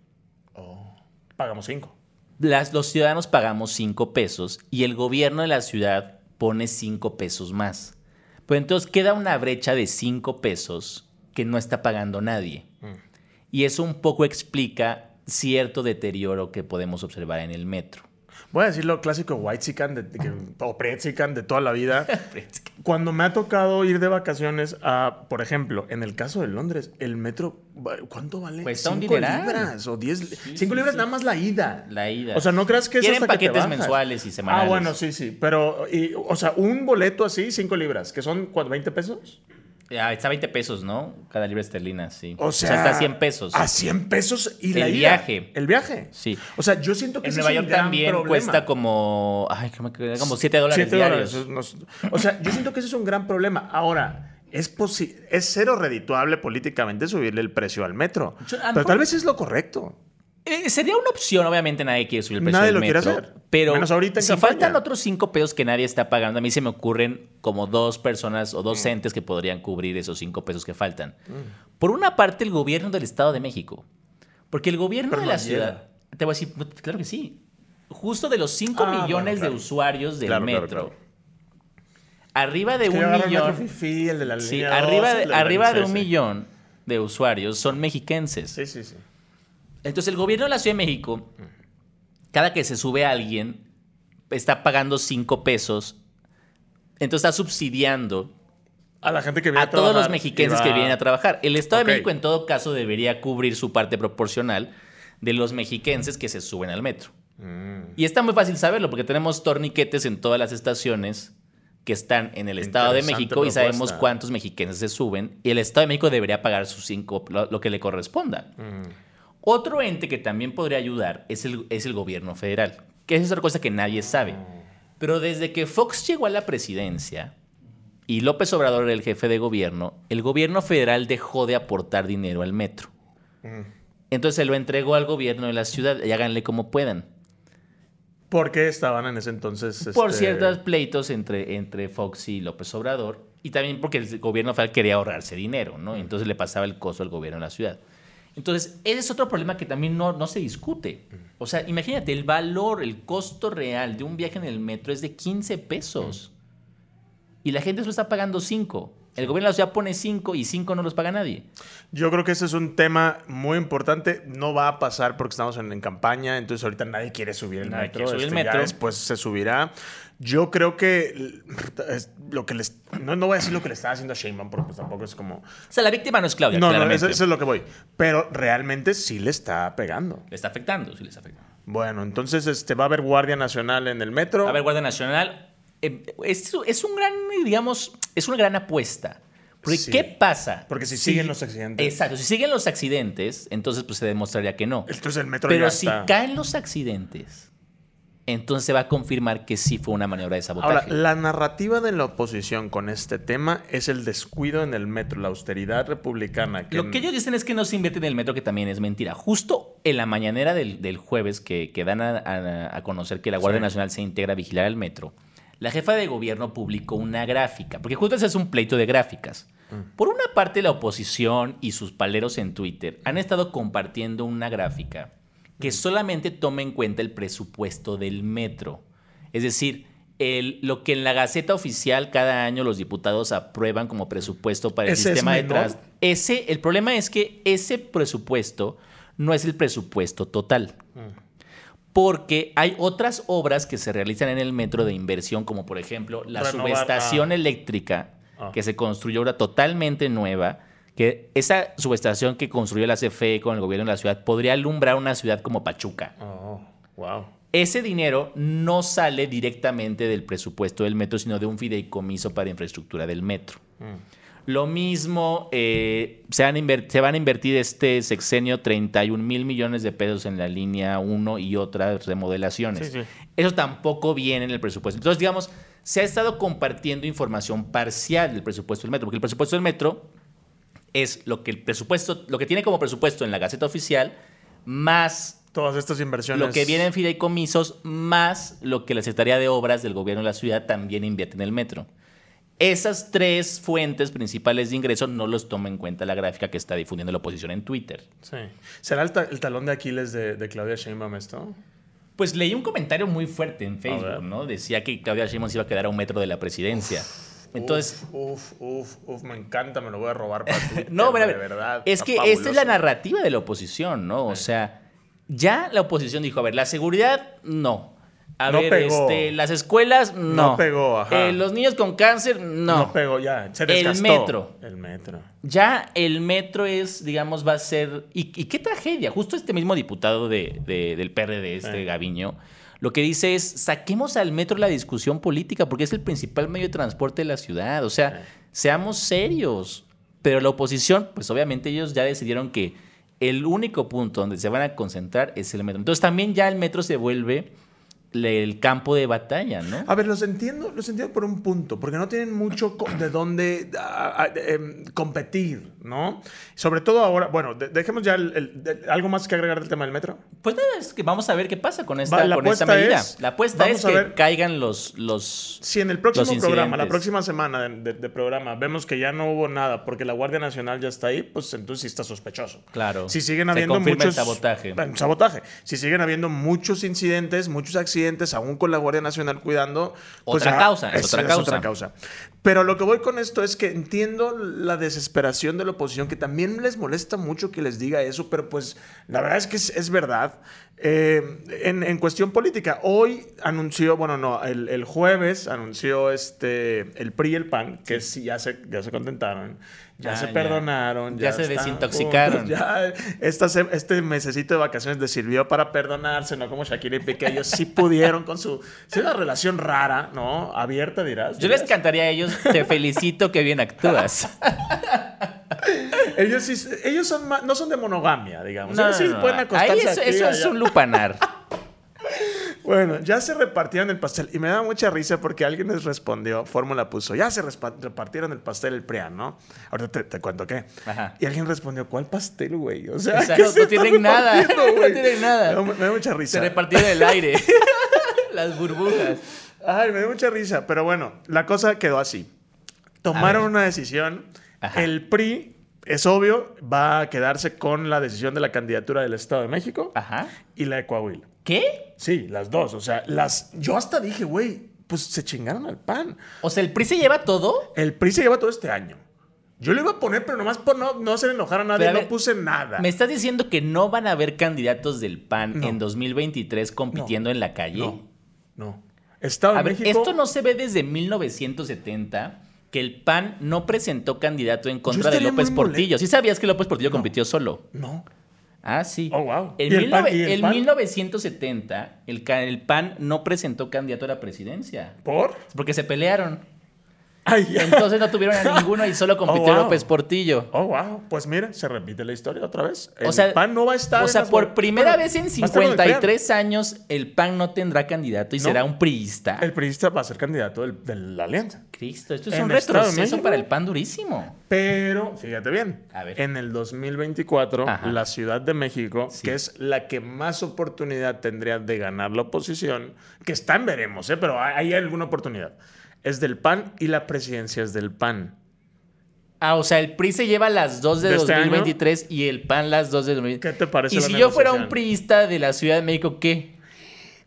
Speaker 2: Oh.
Speaker 1: pagamos cinco.
Speaker 2: Las- los ciudadanos pagamos 5 pesos y el gobierno de la ciudad pone 5 pesos más. Pero entonces queda una brecha de 5 pesos que no está pagando nadie. Y eso un poco explica cierto deterioro que podemos observar en el metro.
Speaker 1: Voy a decir lo clásico white chican de, que- o pre chican de toda la vida. Cuando me ha tocado ir de vacaciones a, por ejemplo, en el caso de Londres, el metro, va- ¿cuánto vale?
Speaker 2: Cuesta un
Speaker 1: Cinco
Speaker 2: dineral.
Speaker 1: libras o 10.
Speaker 2: Sí,
Speaker 1: 5
Speaker 2: sí,
Speaker 1: libras
Speaker 2: sí.
Speaker 1: nada más la ida.
Speaker 2: La ida.
Speaker 1: O sea, no creas que es
Speaker 2: Quieren
Speaker 1: hasta que te
Speaker 2: paquetes
Speaker 1: bajas?
Speaker 2: mensuales y semanales.
Speaker 1: Ah, bueno, sí, sí. Pero, y, o sea, un boleto así, 5 libras, que son ¿cuánto? 20 pesos.
Speaker 2: Ah, está a 20 pesos, ¿no? Cada libra esterlina, sí.
Speaker 1: O sea,
Speaker 2: está a 100 pesos.
Speaker 1: A 100 pesos y
Speaker 2: El
Speaker 1: la ida.
Speaker 2: viaje.
Speaker 1: El viaje.
Speaker 2: Sí.
Speaker 1: O sea, yo siento que
Speaker 2: En
Speaker 1: ese
Speaker 2: Nueva
Speaker 1: es un
Speaker 2: York
Speaker 1: gran
Speaker 2: también
Speaker 1: problema.
Speaker 2: cuesta como. Ay, ¿cómo que era? como 7 dólares
Speaker 1: Siete
Speaker 2: diarios.
Speaker 1: dólares, es- no- o sea, yo siento que ese es un gran problema. Ahora, es, posi- es cero redituable políticamente subirle el precio al metro.
Speaker 2: Yo- a lo
Speaker 1: pero
Speaker 2: mejor-
Speaker 1: tal vez es lo correcto.
Speaker 2: Eh, sería una opción, obviamente nadie quiere subir el precio
Speaker 1: Nadie lo
Speaker 2: del
Speaker 1: quiere
Speaker 2: metro,
Speaker 1: hacer.
Speaker 2: Pero
Speaker 1: Menos ahorita en
Speaker 2: si
Speaker 1: campaña.
Speaker 2: faltan otros cinco pesos que nadie está pagando, a mí se me ocurren como dos personas o dos entes que podrían cubrir esos cinco pesos que faltan. Por una parte, el gobierno del Estado de México. Porque el gobierno
Speaker 1: Pero
Speaker 2: de
Speaker 1: no
Speaker 2: la
Speaker 1: llega.
Speaker 2: ciudad. Te voy a decir, claro que sí. Justo de los 5
Speaker 1: Ah, bueno,
Speaker 2: millones
Speaker 1: claro.
Speaker 2: de usuarios del
Speaker 1: Claro, claro,
Speaker 2: metro.
Speaker 1: claro.
Speaker 2: Arriba de
Speaker 1: Que
Speaker 2: un
Speaker 1: agarra el metro
Speaker 2: millón.
Speaker 1: fifí, el de la
Speaker 2: sí,
Speaker 1: línea dos,
Speaker 2: arriba
Speaker 1: el
Speaker 2: de,
Speaker 1: la
Speaker 2: arriba de
Speaker 1: línea
Speaker 2: un
Speaker 1: seis, sí.
Speaker 2: millón de usuarios son mexiquenses.
Speaker 1: Sí, sí, sí.
Speaker 2: Entonces, el gobierno de la Ciudad de México, cada que se sube alguien, está pagando 5 pesos. Entonces, está subsidiando
Speaker 1: A la gente que viene
Speaker 2: a todos los
Speaker 1: trabajar
Speaker 2: mexiquenses
Speaker 1: y va-
Speaker 2: que vienen a trabajar. El Estado
Speaker 1: Ok.
Speaker 2: de México, en todo caso, debería cubrir su parte proporcional de los mexiquenses que se suben al metro.
Speaker 1: Mm.
Speaker 2: Y está muy fácil saberlo porque tenemos torniquetes en todas las estaciones que están en el Estado de
Speaker 1: Interesante
Speaker 2: México y
Speaker 1: propuesta.
Speaker 2: sabemos cuántos mexiquenses se suben y el Estado de México debería pagar sus cinco, lo, lo que le corresponda.
Speaker 1: mm,
Speaker 2: Otro ente que también podría ayudar es el, es el gobierno federal, que es otra cosa que nadie sabe. Pero desde que Fox llegó a la presidencia y López Obrador era el jefe de gobierno, el gobierno federal dejó de aportar dinero al metro. Entonces se lo entregó al gobierno de la ciudad y háganle como puedan.
Speaker 1: ¿Por qué estaban en ese entonces?
Speaker 2: Por
Speaker 1: este,
Speaker 2: ciertos pleitos entre, entre Fox y López Obrador. Y también porque el gobierno federal quería ahorrarse dinero, ¿no? Entonces le pasaba el costo al gobierno de la ciudad. Entonces, ese es otro problema que también no, no se discute. O sea, imagínate, el valor, el costo real de un viaje en el metro es de 15 pesos. Y la gente solo está pagando 5. El gobierno de la ciudad pone 5 y 5 no los paga nadie.
Speaker 1: Yo creo que ese es un tema muy importante. No va a pasar porque estamos en, en campaña, entonces ahorita nadie quiere subir el
Speaker 2: Nadie
Speaker 1: metro.
Speaker 2: quiere subir el
Speaker 1: este, ya
Speaker 2: metro.
Speaker 1: después se subirá. Yo creo que l- es lo que les no, no voy a decir lo que le estaba haciendo a Sheinbaum porque pues tampoco es como
Speaker 2: O sea, la víctima no es Claudia,
Speaker 1: no, no,
Speaker 2: claramente.
Speaker 1: eso, eso es lo que voy. Pero realmente sí le está pegando.
Speaker 2: Le está afectando, sí les afecta.
Speaker 1: Bueno, entonces este va a haber Guardia Nacional en el metro.
Speaker 2: A ver, Guardia Nacional, eh, es, es un gran, digamos, es una gran apuesta. Porque,
Speaker 1: Sí.
Speaker 2: ¿qué pasa?
Speaker 1: Porque si siguen los accidentes.
Speaker 2: Exacto, si siguen los accidentes, entonces pues se demostraría que no.
Speaker 1: entonces el metro ya
Speaker 2: Pero si
Speaker 1: está.
Speaker 2: caen los accidentes, entonces se va a confirmar que sí fue una maniobra de sabotaje.
Speaker 1: Ahora, la narrativa de la oposición con este tema es el descuido en el metro, la austeridad republicana.
Speaker 2: Lo que ellos dicen es que no se invierte en el metro, que también es mentira. Justo en la mañanera del, del jueves que, que dan a, a- a conocer que la Guardia
Speaker 1: Sí.
Speaker 2: Nacional se integra a vigilar el metro, la jefa de gobierno publicó una gráfica, porque justo ese es un pleito de gráficas. Por una parte, la oposición y sus paleros en Twitter han estado compartiendo una gráfica que solamente toma en cuenta el presupuesto del metro. Es decir, el- lo que en la Gaceta Oficial cada año los diputados aprueban como presupuesto para el
Speaker 1: ¿Ese es
Speaker 2: sistema de
Speaker 1: menor?
Speaker 2: trans- ese, el problema es que ese presupuesto no es el presupuesto total. Porque hay otras obras que se realizan en el metro de inversión, como por ejemplo la
Speaker 1: Renovar,
Speaker 2: subestación
Speaker 1: ah.
Speaker 2: eléctrica,
Speaker 1: Ah.
Speaker 2: que se construyó ahora totalmente nueva, que esa subestación E que construyó la CFE con el gobierno de la ciudad podría alumbrar una ciudad como Pachuca.
Speaker 1: Oh, wow.
Speaker 2: ese dinero no sale directamente del presupuesto del metro, sino de un fideicomiso para infraestructura del metro.
Speaker 1: Mm.
Speaker 2: Lo mismo, eh, se, han inver- se van a invertir este sexenio 31 mil millones de pesos en la línea 1 y otras remodelaciones.
Speaker 3: Sí, sí.
Speaker 2: Eso tampoco viene en el presupuesto. Entonces, digamos, se ha estado compartiendo información parcial del presupuesto del metro, porque el presupuesto del metro es lo que el presupuesto, lo que tiene como presupuesto en la Gaceta Oficial, más
Speaker 3: Todas estas inversiones.
Speaker 2: lo que viene en fideicomisos, más lo que la Secretaría de Obras del Gobierno de la Ciudad también invierte en el metro. Esas tres fuentes principales de ingreso no los toma en cuenta la gráfica que está difundiendo la oposición en Twitter.
Speaker 1: Sí.
Speaker 3: ¿Será el, ta- el talón de Aquiles de, de Claudia Sheinbaum esto?
Speaker 2: Pues leí un comentario muy fuerte en
Speaker 3: ver.
Speaker 2: Facebook, ¿no? Decía que Claudia Sheinbaum se iba a quedar a un metro de la presidencia. Entonces,
Speaker 1: Uf, uf, uf, me encanta, me lo voy a robar para Twitter,
Speaker 2: No, pero a
Speaker 1: de
Speaker 2: ver,
Speaker 1: verdad.
Speaker 2: es
Speaker 1: está
Speaker 2: que esta es la
Speaker 1: fabuloso.
Speaker 2: narrativa de la oposición, ¿no? O sea, ya la oposición dijo, a ver, la seguridad, no. A
Speaker 3: No
Speaker 2: ver,
Speaker 3: pegó.
Speaker 2: este, las escuelas, no.
Speaker 3: No pegó, ajá.
Speaker 2: Eh, los niños con cáncer, no.
Speaker 3: No pegó ya. Se
Speaker 2: El
Speaker 3: desgastó.
Speaker 2: metro.
Speaker 3: El metro.
Speaker 2: ya el metro es, digamos, va a ser... ¿Y, y qué tragedia? Justo este mismo diputado de- de- del PRD, este
Speaker 1: Eh.
Speaker 3: Sí.
Speaker 2: Gaviño, lo que dice es, saquemos al metro la discusión política, porque es el principal medio de transporte de la ciudad. O sea,
Speaker 1: Eh.
Speaker 2: seamos serios. Pero la oposición, pues obviamente ellos ya decidieron que el único punto donde se van a concentrar es el metro. Entonces también ya el metro se vuelve le- el campo de batalla, ¿no?
Speaker 1: A ver, los entiendo, los entiendo por un punto, porque no tienen mucho co- de dónde ah, ah, em, competir, ¿no? Sobre todo ahora, bueno, de- dejemos ya el- el- de- algo más que agregar del tema del metro.
Speaker 2: Pues nada, es que vamos a ver qué pasa con esta,
Speaker 1: Va, la
Speaker 2: con esta
Speaker 1: apuesta
Speaker 2: medida.
Speaker 1: es-
Speaker 2: la apuesta
Speaker 1: vamos
Speaker 2: es
Speaker 1: a
Speaker 2: que
Speaker 1: ver-
Speaker 2: caigan los, los...
Speaker 1: Si en el próximo
Speaker 2: Los
Speaker 1: programa, la
Speaker 2: incidentes.
Speaker 1: próxima semana de, de- de programa, vemos que ya no hubo nada porque la Guardia Nacional ya está ahí, pues entonces sí está sospechoso.
Speaker 2: Claro.
Speaker 1: Si siguen
Speaker 2: Se
Speaker 1: habiendo
Speaker 2: confirma el
Speaker 1: muchos.
Speaker 2: sabotaje.
Speaker 1: Bueno, sabotaje. Si siguen habiendo muchos incidentes, muchos accidentes, aún con la Guardia Nacional cuidando. pues
Speaker 2: Otra causa, es otra causa.
Speaker 1: Pero lo que voy con esto es que entiendo la desesperación de la oposición, que también les molesta mucho que les diga eso, pero pues la verdad es que es, es verdad. Eh, en, en cuestión política, hoy anunció, bueno, no, el, el jueves anunció este, el PRI y el PAN, que sí, ya, se, ya se contentaron, ya
Speaker 2: Ah,
Speaker 1: se
Speaker 2: ya.
Speaker 1: perdonaron,
Speaker 2: Ya se
Speaker 1: están
Speaker 2: desintoxicaron.
Speaker 1: juntos, ya esta se- este mesecito de vacaciones les sirvió para perdonarse, ¿no? Como Shakira y Piqué, ellos sí pudieron con su... Sí, una relación rara, ¿no? Abierta, dirás.
Speaker 2: Yo les
Speaker 1: dirás.
Speaker 2: cantaría a ellos, te felicito que bien actúas.
Speaker 1: Ellos, sí- ellos son más- no son de monogamia, digamos. ellos sí pueden acostarse
Speaker 2: Ahí eso,
Speaker 1: aquí,
Speaker 2: eso es
Speaker 1: allá.
Speaker 2: un lupanar.
Speaker 1: Bueno, ya se repartieron el pastel. Y me da mucha risa porque alguien les respondió, Fórmula puso, ya se respa- repartieron el pastel el PRIAN, ¿no? Ahorita te, te cuento qué.
Speaker 2: Ajá.
Speaker 1: Y alguien respondió, ¿cuál pastel, güey? O sea,
Speaker 2: O sea,
Speaker 1: ¿qué
Speaker 2: no-
Speaker 1: se
Speaker 2: no
Speaker 1: está
Speaker 2: tienen nada.
Speaker 1: repartiendo, güey?
Speaker 2: No tienen nada.
Speaker 1: Me da, mu- me da mucha risa.
Speaker 2: Se repartieron el aire. Las burbujas.
Speaker 1: Ay, me dio mucha risa, pero bueno, la cosa quedó así. Tomaron
Speaker 2: A ver.
Speaker 1: una decisión.
Speaker 2: Ajá.
Speaker 1: El PRI, es obvio, va a quedarse con la decisión de la candidatura del Estado de México
Speaker 2: Ajá.
Speaker 1: y la de Coahuila.
Speaker 2: ¿Qué?
Speaker 1: Sí, las dos. O sea, las. Yo hasta dije, güey, pues se chingaron al pan.
Speaker 2: O sea, ¿el PRI se lleva todo?
Speaker 1: El PRI se lleva todo este año. Yo lo iba a poner, pero nomás por no, no hacer enojar a nadie,
Speaker 2: Pero a
Speaker 1: no
Speaker 2: ver,
Speaker 1: puse nada.
Speaker 2: ¿Me estás diciendo que no van a haber candidatos del PAN
Speaker 1: No.
Speaker 2: en 2023 compitiendo en la calle?
Speaker 1: No, no. Estado
Speaker 2: A
Speaker 1: de
Speaker 2: ver,
Speaker 1: México.
Speaker 2: esto no se ve desde 1970 que el PAN no presentó candidato en contra de
Speaker 1: estaría
Speaker 2: López
Speaker 1: muy mole-
Speaker 2: Portillo. ¿Sí sabías que López Portillo compitió solo?
Speaker 1: No.
Speaker 2: Ah, sí.
Speaker 1: Oh, wow.
Speaker 2: En,
Speaker 1: ¿Y el PAN?
Speaker 2: 19-
Speaker 1: ¿Y el
Speaker 2: en
Speaker 1: PAN?
Speaker 2: 1970, el, ca- el PAN no presentó candidato a la presidencia.
Speaker 1: ¿Por?
Speaker 2: Porque se pelearon.
Speaker 1: Ay, ya.
Speaker 2: Entonces no tuvieron a ninguno y solo compitió
Speaker 1: wow.
Speaker 2: López Portillo.
Speaker 1: Oh, wow. Pues mira, se repite la historia otra vez. El
Speaker 2: o sea,
Speaker 1: PAN no va a estar.
Speaker 2: o
Speaker 1: en
Speaker 2: sea,
Speaker 1: las-
Speaker 2: por primera
Speaker 1: Bueno,
Speaker 2: vez en
Speaker 1: va a estar con el PRI.
Speaker 2: 53 años, el PAN no tendrá candidato y
Speaker 1: No.
Speaker 2: será un priista.
Speaker 1: El priista va a ser candidato del- de la alianza.
Speaker 2: Cristo, esto es
Speaker 1: en
Speaker 2: un
Speaker 1: el Estado de
Speaker 2: retroceso
Speaker 1: México.
Speaker 2: para el PAN durísimo.
Speaker 1: Pero, fíjate bien,
Speaker 2: A ver.
Speaker 1: en el 2024,
Speaker 2: Ajá.
Speaker 1: la Ciudad de México,
Speaker 2: Sí.
Speaker 1: que es la que más oportunidad tendría de ganar la oposición, que está en veremos, ¿eh? pero hay, hay alguna oportunidad, es del PAN y la presidencia es del PAN.
Speaker 2: Ah, o sea, el PRI se lleva las dos de,
Speaker 1: ¿De este
Speaker 2: 2023 y el PAN las dos de 2023.
Speaker 1: ¿Qué te parece
Speaker 2: Y
Speaker 1: la
Speaker 2: si yo fuera un
Speaker 1: negociación?
Speaker 2: priista de la Ciudad de México, ¿qué?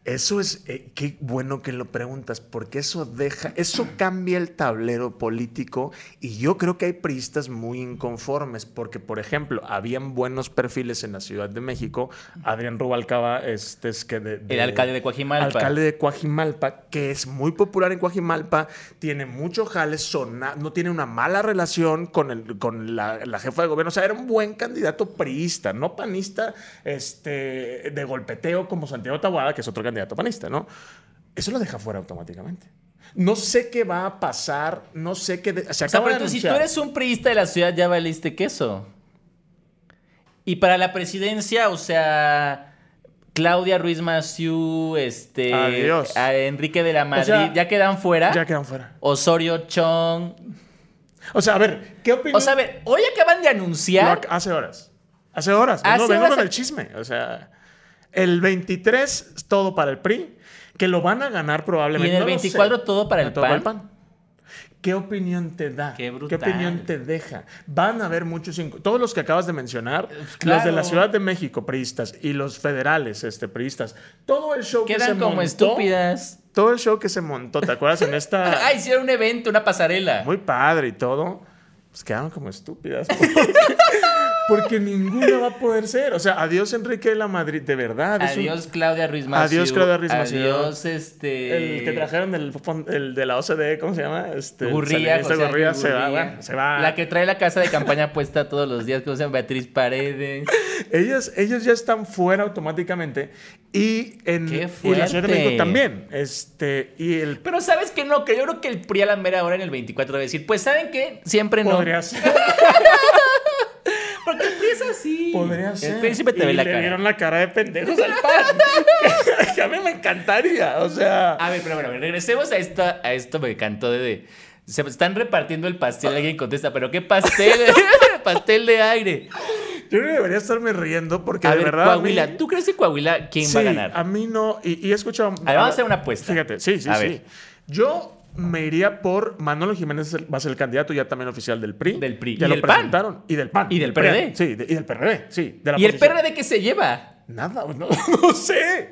Speaker 1: Eso es, eh, qué bueno que lo preguntas, porque eso deja, eso cambia el tablero político y yo creo que hay priistas muy inconformes, porque por ejemplo, habían buenos perfiles en la Ciudad de México, Adrián Rubalcaba, este es que de- de-
Speaker 2: El alcalde de Coajimalpa.
Speaker 1: Alcalde de Coajimalpa, que es muy popular en Coajimalpa, tiene mucho jales, sona- no tiene una mala relación con, el, con la, la jefa de gobierno. O sea, era un buen candidato priista, no panista este, de golpeteo como Santiago Tabuada, que es otro candidato panista, ¿no? Eso lo deja fuera automáticamente. No sé qué va a pasar, no sé qué... de- se
Speaker 2: O sea,
Speaker 1: acaba
Speaker 2: pero
Speaker 1: de
Speaker 2: tú, si tú
Speaker 1: anunciar.
Speaker 2: eres un priista de la ciudad, ya valiste queso. Y para la presidencia, o sea, Claudia Ruiz Maciú, este,
Speaker 1: Adiós.
Speaker 2: a Enrique de la Madrid,
Speaker 1: sea,
Speaker 2: ¿ya quedan fuera?
Speaker 1: Ya quedan fuera.
Speaker 2: Osorio Chong.
Speaker 1: O sea, a ver, ¿qué opinas?
Speaker 2: O sea, a ver, hoy acaban de anunciar.
Speaker 1: hace horas. Hace horas.
Speaker 2: Hace
Speaker 1: no, vengo
Speaker 2: horas-
Speaker 1: con el chisme. O sea, el 23 es todo para el PRI, que lo van a ganar
Speaker 2: Y
Speaker 1: probablemente.
Speaker 2: en el
Speaker 1: no lo
Speaker 2: 24
Speaker 1: sé.
Speaker 2: todo para el
Speaker 1: Todo para
Speaker 2: PAN.
Speaker 1: el PAN. ¿Qué opinión te da?
Speaker 2: Qué brutal.
Speaker 1: opinión te deja? Van a haber muchos... inco- Todos los que acabas de mencionar, los de
Speaker 2: Eh, claro.
Speaker 1: la Ciudad de México, priistas, y los federales, este, priistas. Todo el show que se
Speaker 2: Quedan como
Speaker 1: montó-
Speaker 2: estúpidas.
Speaker 1: Todo el show que se montó, ¿te acuerdas? En esta...
Speaker 2: Ah, hicieron un evento, una pasarela.
Speaker 1: muy padre y todo, pues quedaron como estúpidas. Porque, porque ninguna va a poder ser. O sea, adiós Enrique de la Madrid, de verdad. es un-
Speaker 2: Adiós, Claudia Ruiz Maciú.
Speaker 1: Adiós, Claudia Ruiz Maciú.
Speaker 2: Adiós, este.
Speaker 1: el que trajeron del, fon- el de la OCDE, ¿cómo se llama? Este, el
Speaker 2: Gurría,
Speaker 1: salinista
Speaker 2: José Ángel
Speaker 1: Gurría, se va,
Speaker 2: Gurría.
Speaker 1: bueno, se va.
Speaker 2: La que trae la casa de campaña puesta todos los días, que usan Beatriz Paredes.
Speaker 1: ellos, ellos ya están fuera automáticamente. Y en
Speaker 2: ¡Qué
Speaker 1: y la Ciudad de
Speaker 2: fuerte!
Speaker 1: México también. Este, y el
Speaker 2: Pero sabes que no, que yo creo que el PRI a la mera hora en el 24 va a decir, pues ¿saben qué? Siempre no.
Speaker 1: podría ser.
Speaker 2: Porque el PRI es así.
Speaker 1: Podría ser.
Speaker 2: El PRI siempre te
Speaker 1: Y
Speaker 2: ve la
Speaker 1: le
Speaker 2: cara.
Speaker 1: vieron la cara de pendejos al pan. que a mí me encantaría. O sea.
Speaker 2: A ver, pero bueno, a ver, regresemos a esto, a esto me encantó de, de- Se están repartiendo el pastel, alguien contesta, pero ¿qué pastel? pastel de aire.
Speaker 1: Yo no debería estarme riendo porque
Speaker 2: a
Speaker 1: de
Speaker 2: ver,
Speaker 1: verdad. a mí-
Speaker 2: Coahuila, ¿tú crees que Coahuila quién va
Speaker 1: Sí,
Speaker 2: a ganar?
Speaker 1: A mí no. Y, y he escuchado.
Speaker 2: A ver, vamos a hacer una apuesta.
Speaker 1: Fíjate, sí, sí,
Speaker 2: A
Speaker 1: sí.
Speaker 2: ver.
Speaker 1: Yo me iría por Manolo Jiménez, el- va a ser el candidato ya también oficial del PRI.
Speaker 2: Del PRI.
Speaker 1: Ya
Speaker 2: Y
Speaker 1: lo
Speaker 2: del PAN.
Speaker 1: presentaron. Y del PAN.
Speaker 2: Y del PRD.
Speaker 1: Sí, de- y del PRD, sí. de la
Speaker 2: ¿Y el
Speaker 1: oposición.
Speaker 2: PRD qué se lleva?
Speaker 1: Nada, pues, no, no sé.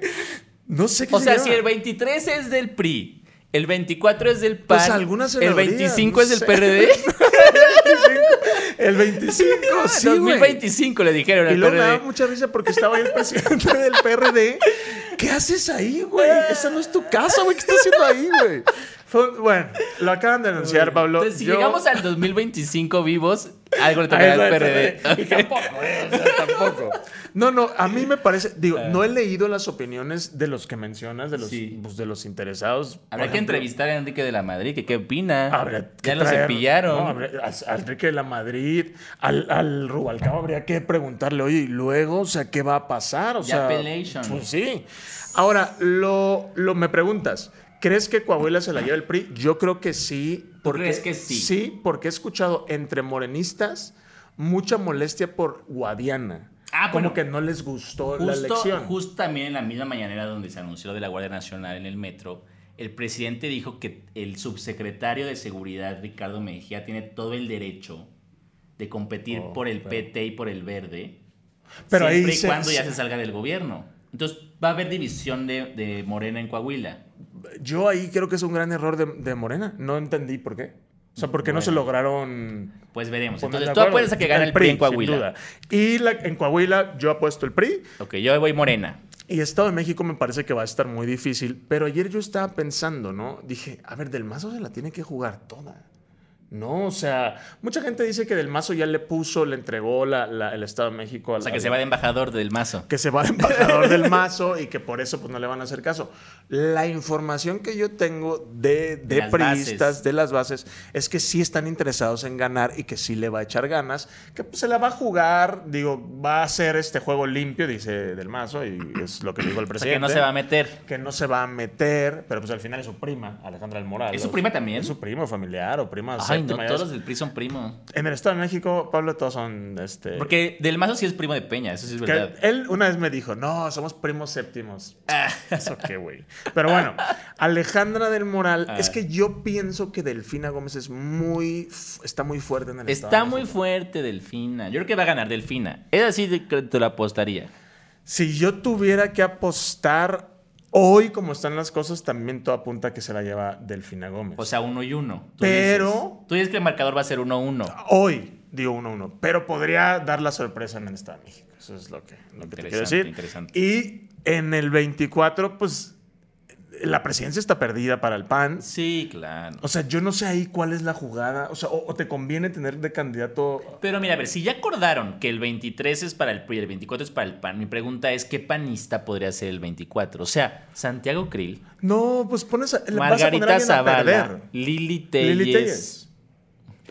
Speaker 1: No sé qué
Speaker 2: O sea,
Speaker 1: lleva.
Speaker 2: si el 23 es del PRI, el 24 es del PAN,
Speaker 1: Pues alguna
Speaker 2: el
Speaker 1: senadoría,
Speaker 2: 25 es
Speaker 1: no
Speaker 2: del
Speaker 1: sé.
Speaker 2: PRD,
Speaker 1: El 25, sí, güey.
Speaker 2: 2025 le dijeron
Speaker 1: Y
Speaker 2: al
Speaker 1: luego me da
Speaker 2: PRD.
Speaker 1: mucha risa porque estaba ahí el presidente del PRD. ¿Qué haces ahí, güey? Esa no es tu casa, güey. ¿Qué estás haciendo ahí, güey? Fue un- Bueno, lo acaban de anunciar, Pablo.
Speaker 2: Entonces, si
Speaker 1: Yo-
Speaker 2: llegamos al 2025 vivos, algo le
Speaker 1: Ah,
Speaker 2: tocará
Speaker 1: es la
Speaker 2: al
Speaker 1: del
Speaker 2: PRD.
Speaker 1: PRD. Y Tampoco, güey, o sea, tampoco. No, no, a mí me parece, digo, no he leído las opiniones de los que mencionas, de los,
Speaker 2: Ah. Sí.
Speaker 1: pues, de los interesados. Por
Speaker 2: Habrá que
Speaker 1: ejemplo,
Speaker 2: entrevistar a Enrique de la Madrid, que qué opina.
Speaker 1: Habrá que
Speaker 2: ya los
Speaker 1: traer-
Speaker 2: cepillaron.
Speaker 1: no, habrá- a, a Enrique de la Madrid, al, al Rubalcaba habría que preguntarle, oye, y luego, o sea, ¿qué va a pasar? O
Speaker 2: The
Speaker 1: sea,
Speaker 2: appellation.
Speaker 1: pues sí. Ahora, lo, lo me preguntas, ¿crees que Coahuila se la lleva el PRI? Yo creo que sí. Porque,
Speaker 2: crees que sí?
Speaker 1: Sí, porque he escuchado entre morenistas mucha molestia por Guadiana.
Speaker 2: Ah,
Speaker 1: Como
Speaker 2: bueno.
Speaker 1: que no les gustó la
Speaker 2: Justo,
Speaker 1: elección.
Speaker 2: justo también en la misma mañanera donde se anunció lo de la Guardia Nacional en el metro, el presidente dijo que el subsecretario de Seguridad, Ricardo Mejía, tiene todo el derecho de competir
Speaker 1: Oh,
Speaker 2: por el
Speaker 1: claro.
Speaker 2: PT y por el verde,
Speaker 1: Pero ahí
Speaker 2: siempre y
Speaker 1: se-
Speaker 2: cuando ya
Speaker 1: se-
Speaker 2: se salga del gobierno. Entonces va a haber división de, de Morena en Coahuila.
Speaker 1: Yo ahí creo que es un gran error de, de Morena. No entendí por qué. O sea, ¿por qué no se lograron
Speaker 2: Pues veremos.
Speaker 1: poner de
Speaker 2: Entonces tú
Speaker 1: acuerdo?
Speaker 2: apuestas a que gana el, PRI en Coahuila.
Speaker 1: Sin duda. Y la- en Coahuila yo apuesto el PRI.
Speaker 2: Ok, yo voy Morena.
Speaker 1: Y Estado de México me parece que va a estar muy difícil. Pero ayer yo estaba pensando, ¿no? Dije, a ver, Del Mazo se la tiene que jugar toda. No, o sea, mucha gente dice que Del Mazo ya le puso, le entregó la- la- el Estado de México a
Speaker 2: O sea, que se va de embajador del mazo.
Speaker 1: que se va de embajador del mazo y que por eso pues no le van a hacer caso. La información que yo tengo de, de
Speaker 2: Las
Speaker 1: priistas,
Speaker 2: bases.
Speaker 1: de las bases, es que sí están interesados en ganar y que sí le va a echar ganas, que pues, se la va a jugar, digo, va a hacer este juego limpio, dice del mazo, y es lo que dijo el
Speaker 2: O sea, que
Speaker 1: presidente.
Speaker 2: no se va a meter.
Speaker 1: que no se va a meter, pero pues al final es su prima, Alejandra del Moral.
Speaker 2: ¿Es su prima también?
Speaker 1: Es su primo familiar o prima
Speaker 2: Ay, no,
Speaker 1: séptima. ya
Speaker 2: todos los
Speaker 1: ves.
Speaker 2: del PRI son primos.
Speaker 1: En el Estado de México, Pablo, todos son... Este,
Speaker 2: Porque Del Mazo sí es primo de Peña, eso sí es
Speaker 1: que
Speaker 2: verdad. Ah.
Speaker 1: él una vez me dijo, no, somos primos séptimos. Eso qué, güey. Pero bueno, Alejandra del Moral,
Speaker 2: Ah.
Speaker 1: es que yo pienso que Delfina Gómez es muy, f- está muy fuerte en el Estado
Speaker 2: Está
Speaker 1: de
Speaker 2: muy
Speaker 1: México.
Speaker 2: fuerte Delfina. Yo creo que va a ganar Delfina. Es así de que te lo apostaría.
Speaker 1: Si yo tuviera que apostar hoy como están las cosas, también todo apunta a que se la lleva Delfina Gómez.
Speaker 2: O sea, uno y uno. Tú
Speaker 1: Pero-
Speaker 2: dices- tú dices que el marcador va a ser uno uno.
Speaker 1: hoy dio 1-1, pero podría dar la sorpresa en el Estado de México. Eso es lo que, lo que te
Speaker 2: Interesante,
Speaker 1: quiero decir.
Speaker 2: interesante.
Speaker 1: Y en el 24, pues la presidencia está perdida para el PAN.
Speaker 2: Sí, claro.
Speaker 1: O sea, yo no sé ahí cuál es la jugada. O sea, o, o te conviene tener de candidato.
Speaker 2: Pero mira, a ver, si ya acordaron que el 23 es para el PRI y el 24 es para el PAN, mi pregunta es, ¿qué panista podría ser el 24? O sea, Santiago Krill,
Speaker 1: No, pues pones a. le vas a poner a
Speaker 2: Margarita
Speaker 1: alguien a
Speaker 2: Zavala,
Speaker 1: perder.
Speaker 2: Lili
Speaker 1: Lili
Speaker 2: Telles.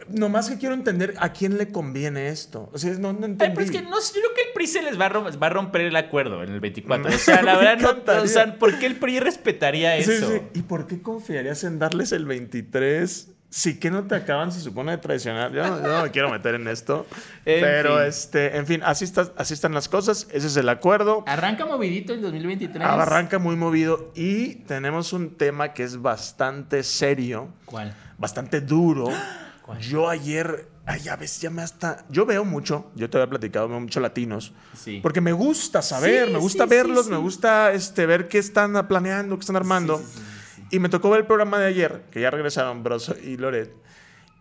Speaker 1: Nomás que quiero entender a quién le conviene esto. O sea, no, no entendí.
Speaker 2: Ay, pero es que no sé, yo creo que el PRI se les va a, rom- va a romper el acuerdo en el 24. O sea, la verdad, no, o sea,
Speaker 1: encantaría.
Speaker 2: ¿por qué el PRI respetaría
Speaker 1: Sí,
Speaker 2: eso?
Speaker 1: sí. ¿Y por qué confiarías en darles el 23? Si que no te acaban, se supone, de traicionar. Yo no, yo no me quiero meter en esto.
Speaker 2: En
Speaker 1: pero,
Speaker 2: fin.
Speaker 1: este, en fin, así, está- así están las cosas. Ese es el acuerdo.
Speaker 2: Arranca movidito el 2023.
Speaker 1: Ah, Arranca muy movido y tenemos un tema que es bastante serio,
Speaker 2: ¿Cuál?
Speaker 1: bastante duro.
Speaker 2: ¿Cuál?
Speaker 1: Yo ayer, ay, ya ves, ya me hasta. Yo veo mucho, yo te había platicado, veo mucho latinos.
Speaker 2: Sí.
Speaker 1: Porque me gusta saber,
Speaker 2: Sí,
Speaker 1: me gusta
Speaker 2: sí, sí,
Speaker 1: verlos,
Speaker 2: sí.
Speaker 1: me gusta este, ver qué están planeando, qué están armando.
Speaker 2: Sí, sí, sí, sí, sí.
Speaker 1: Y me tocó ver el programa de ayer, que ya regresaron Broso y Loret.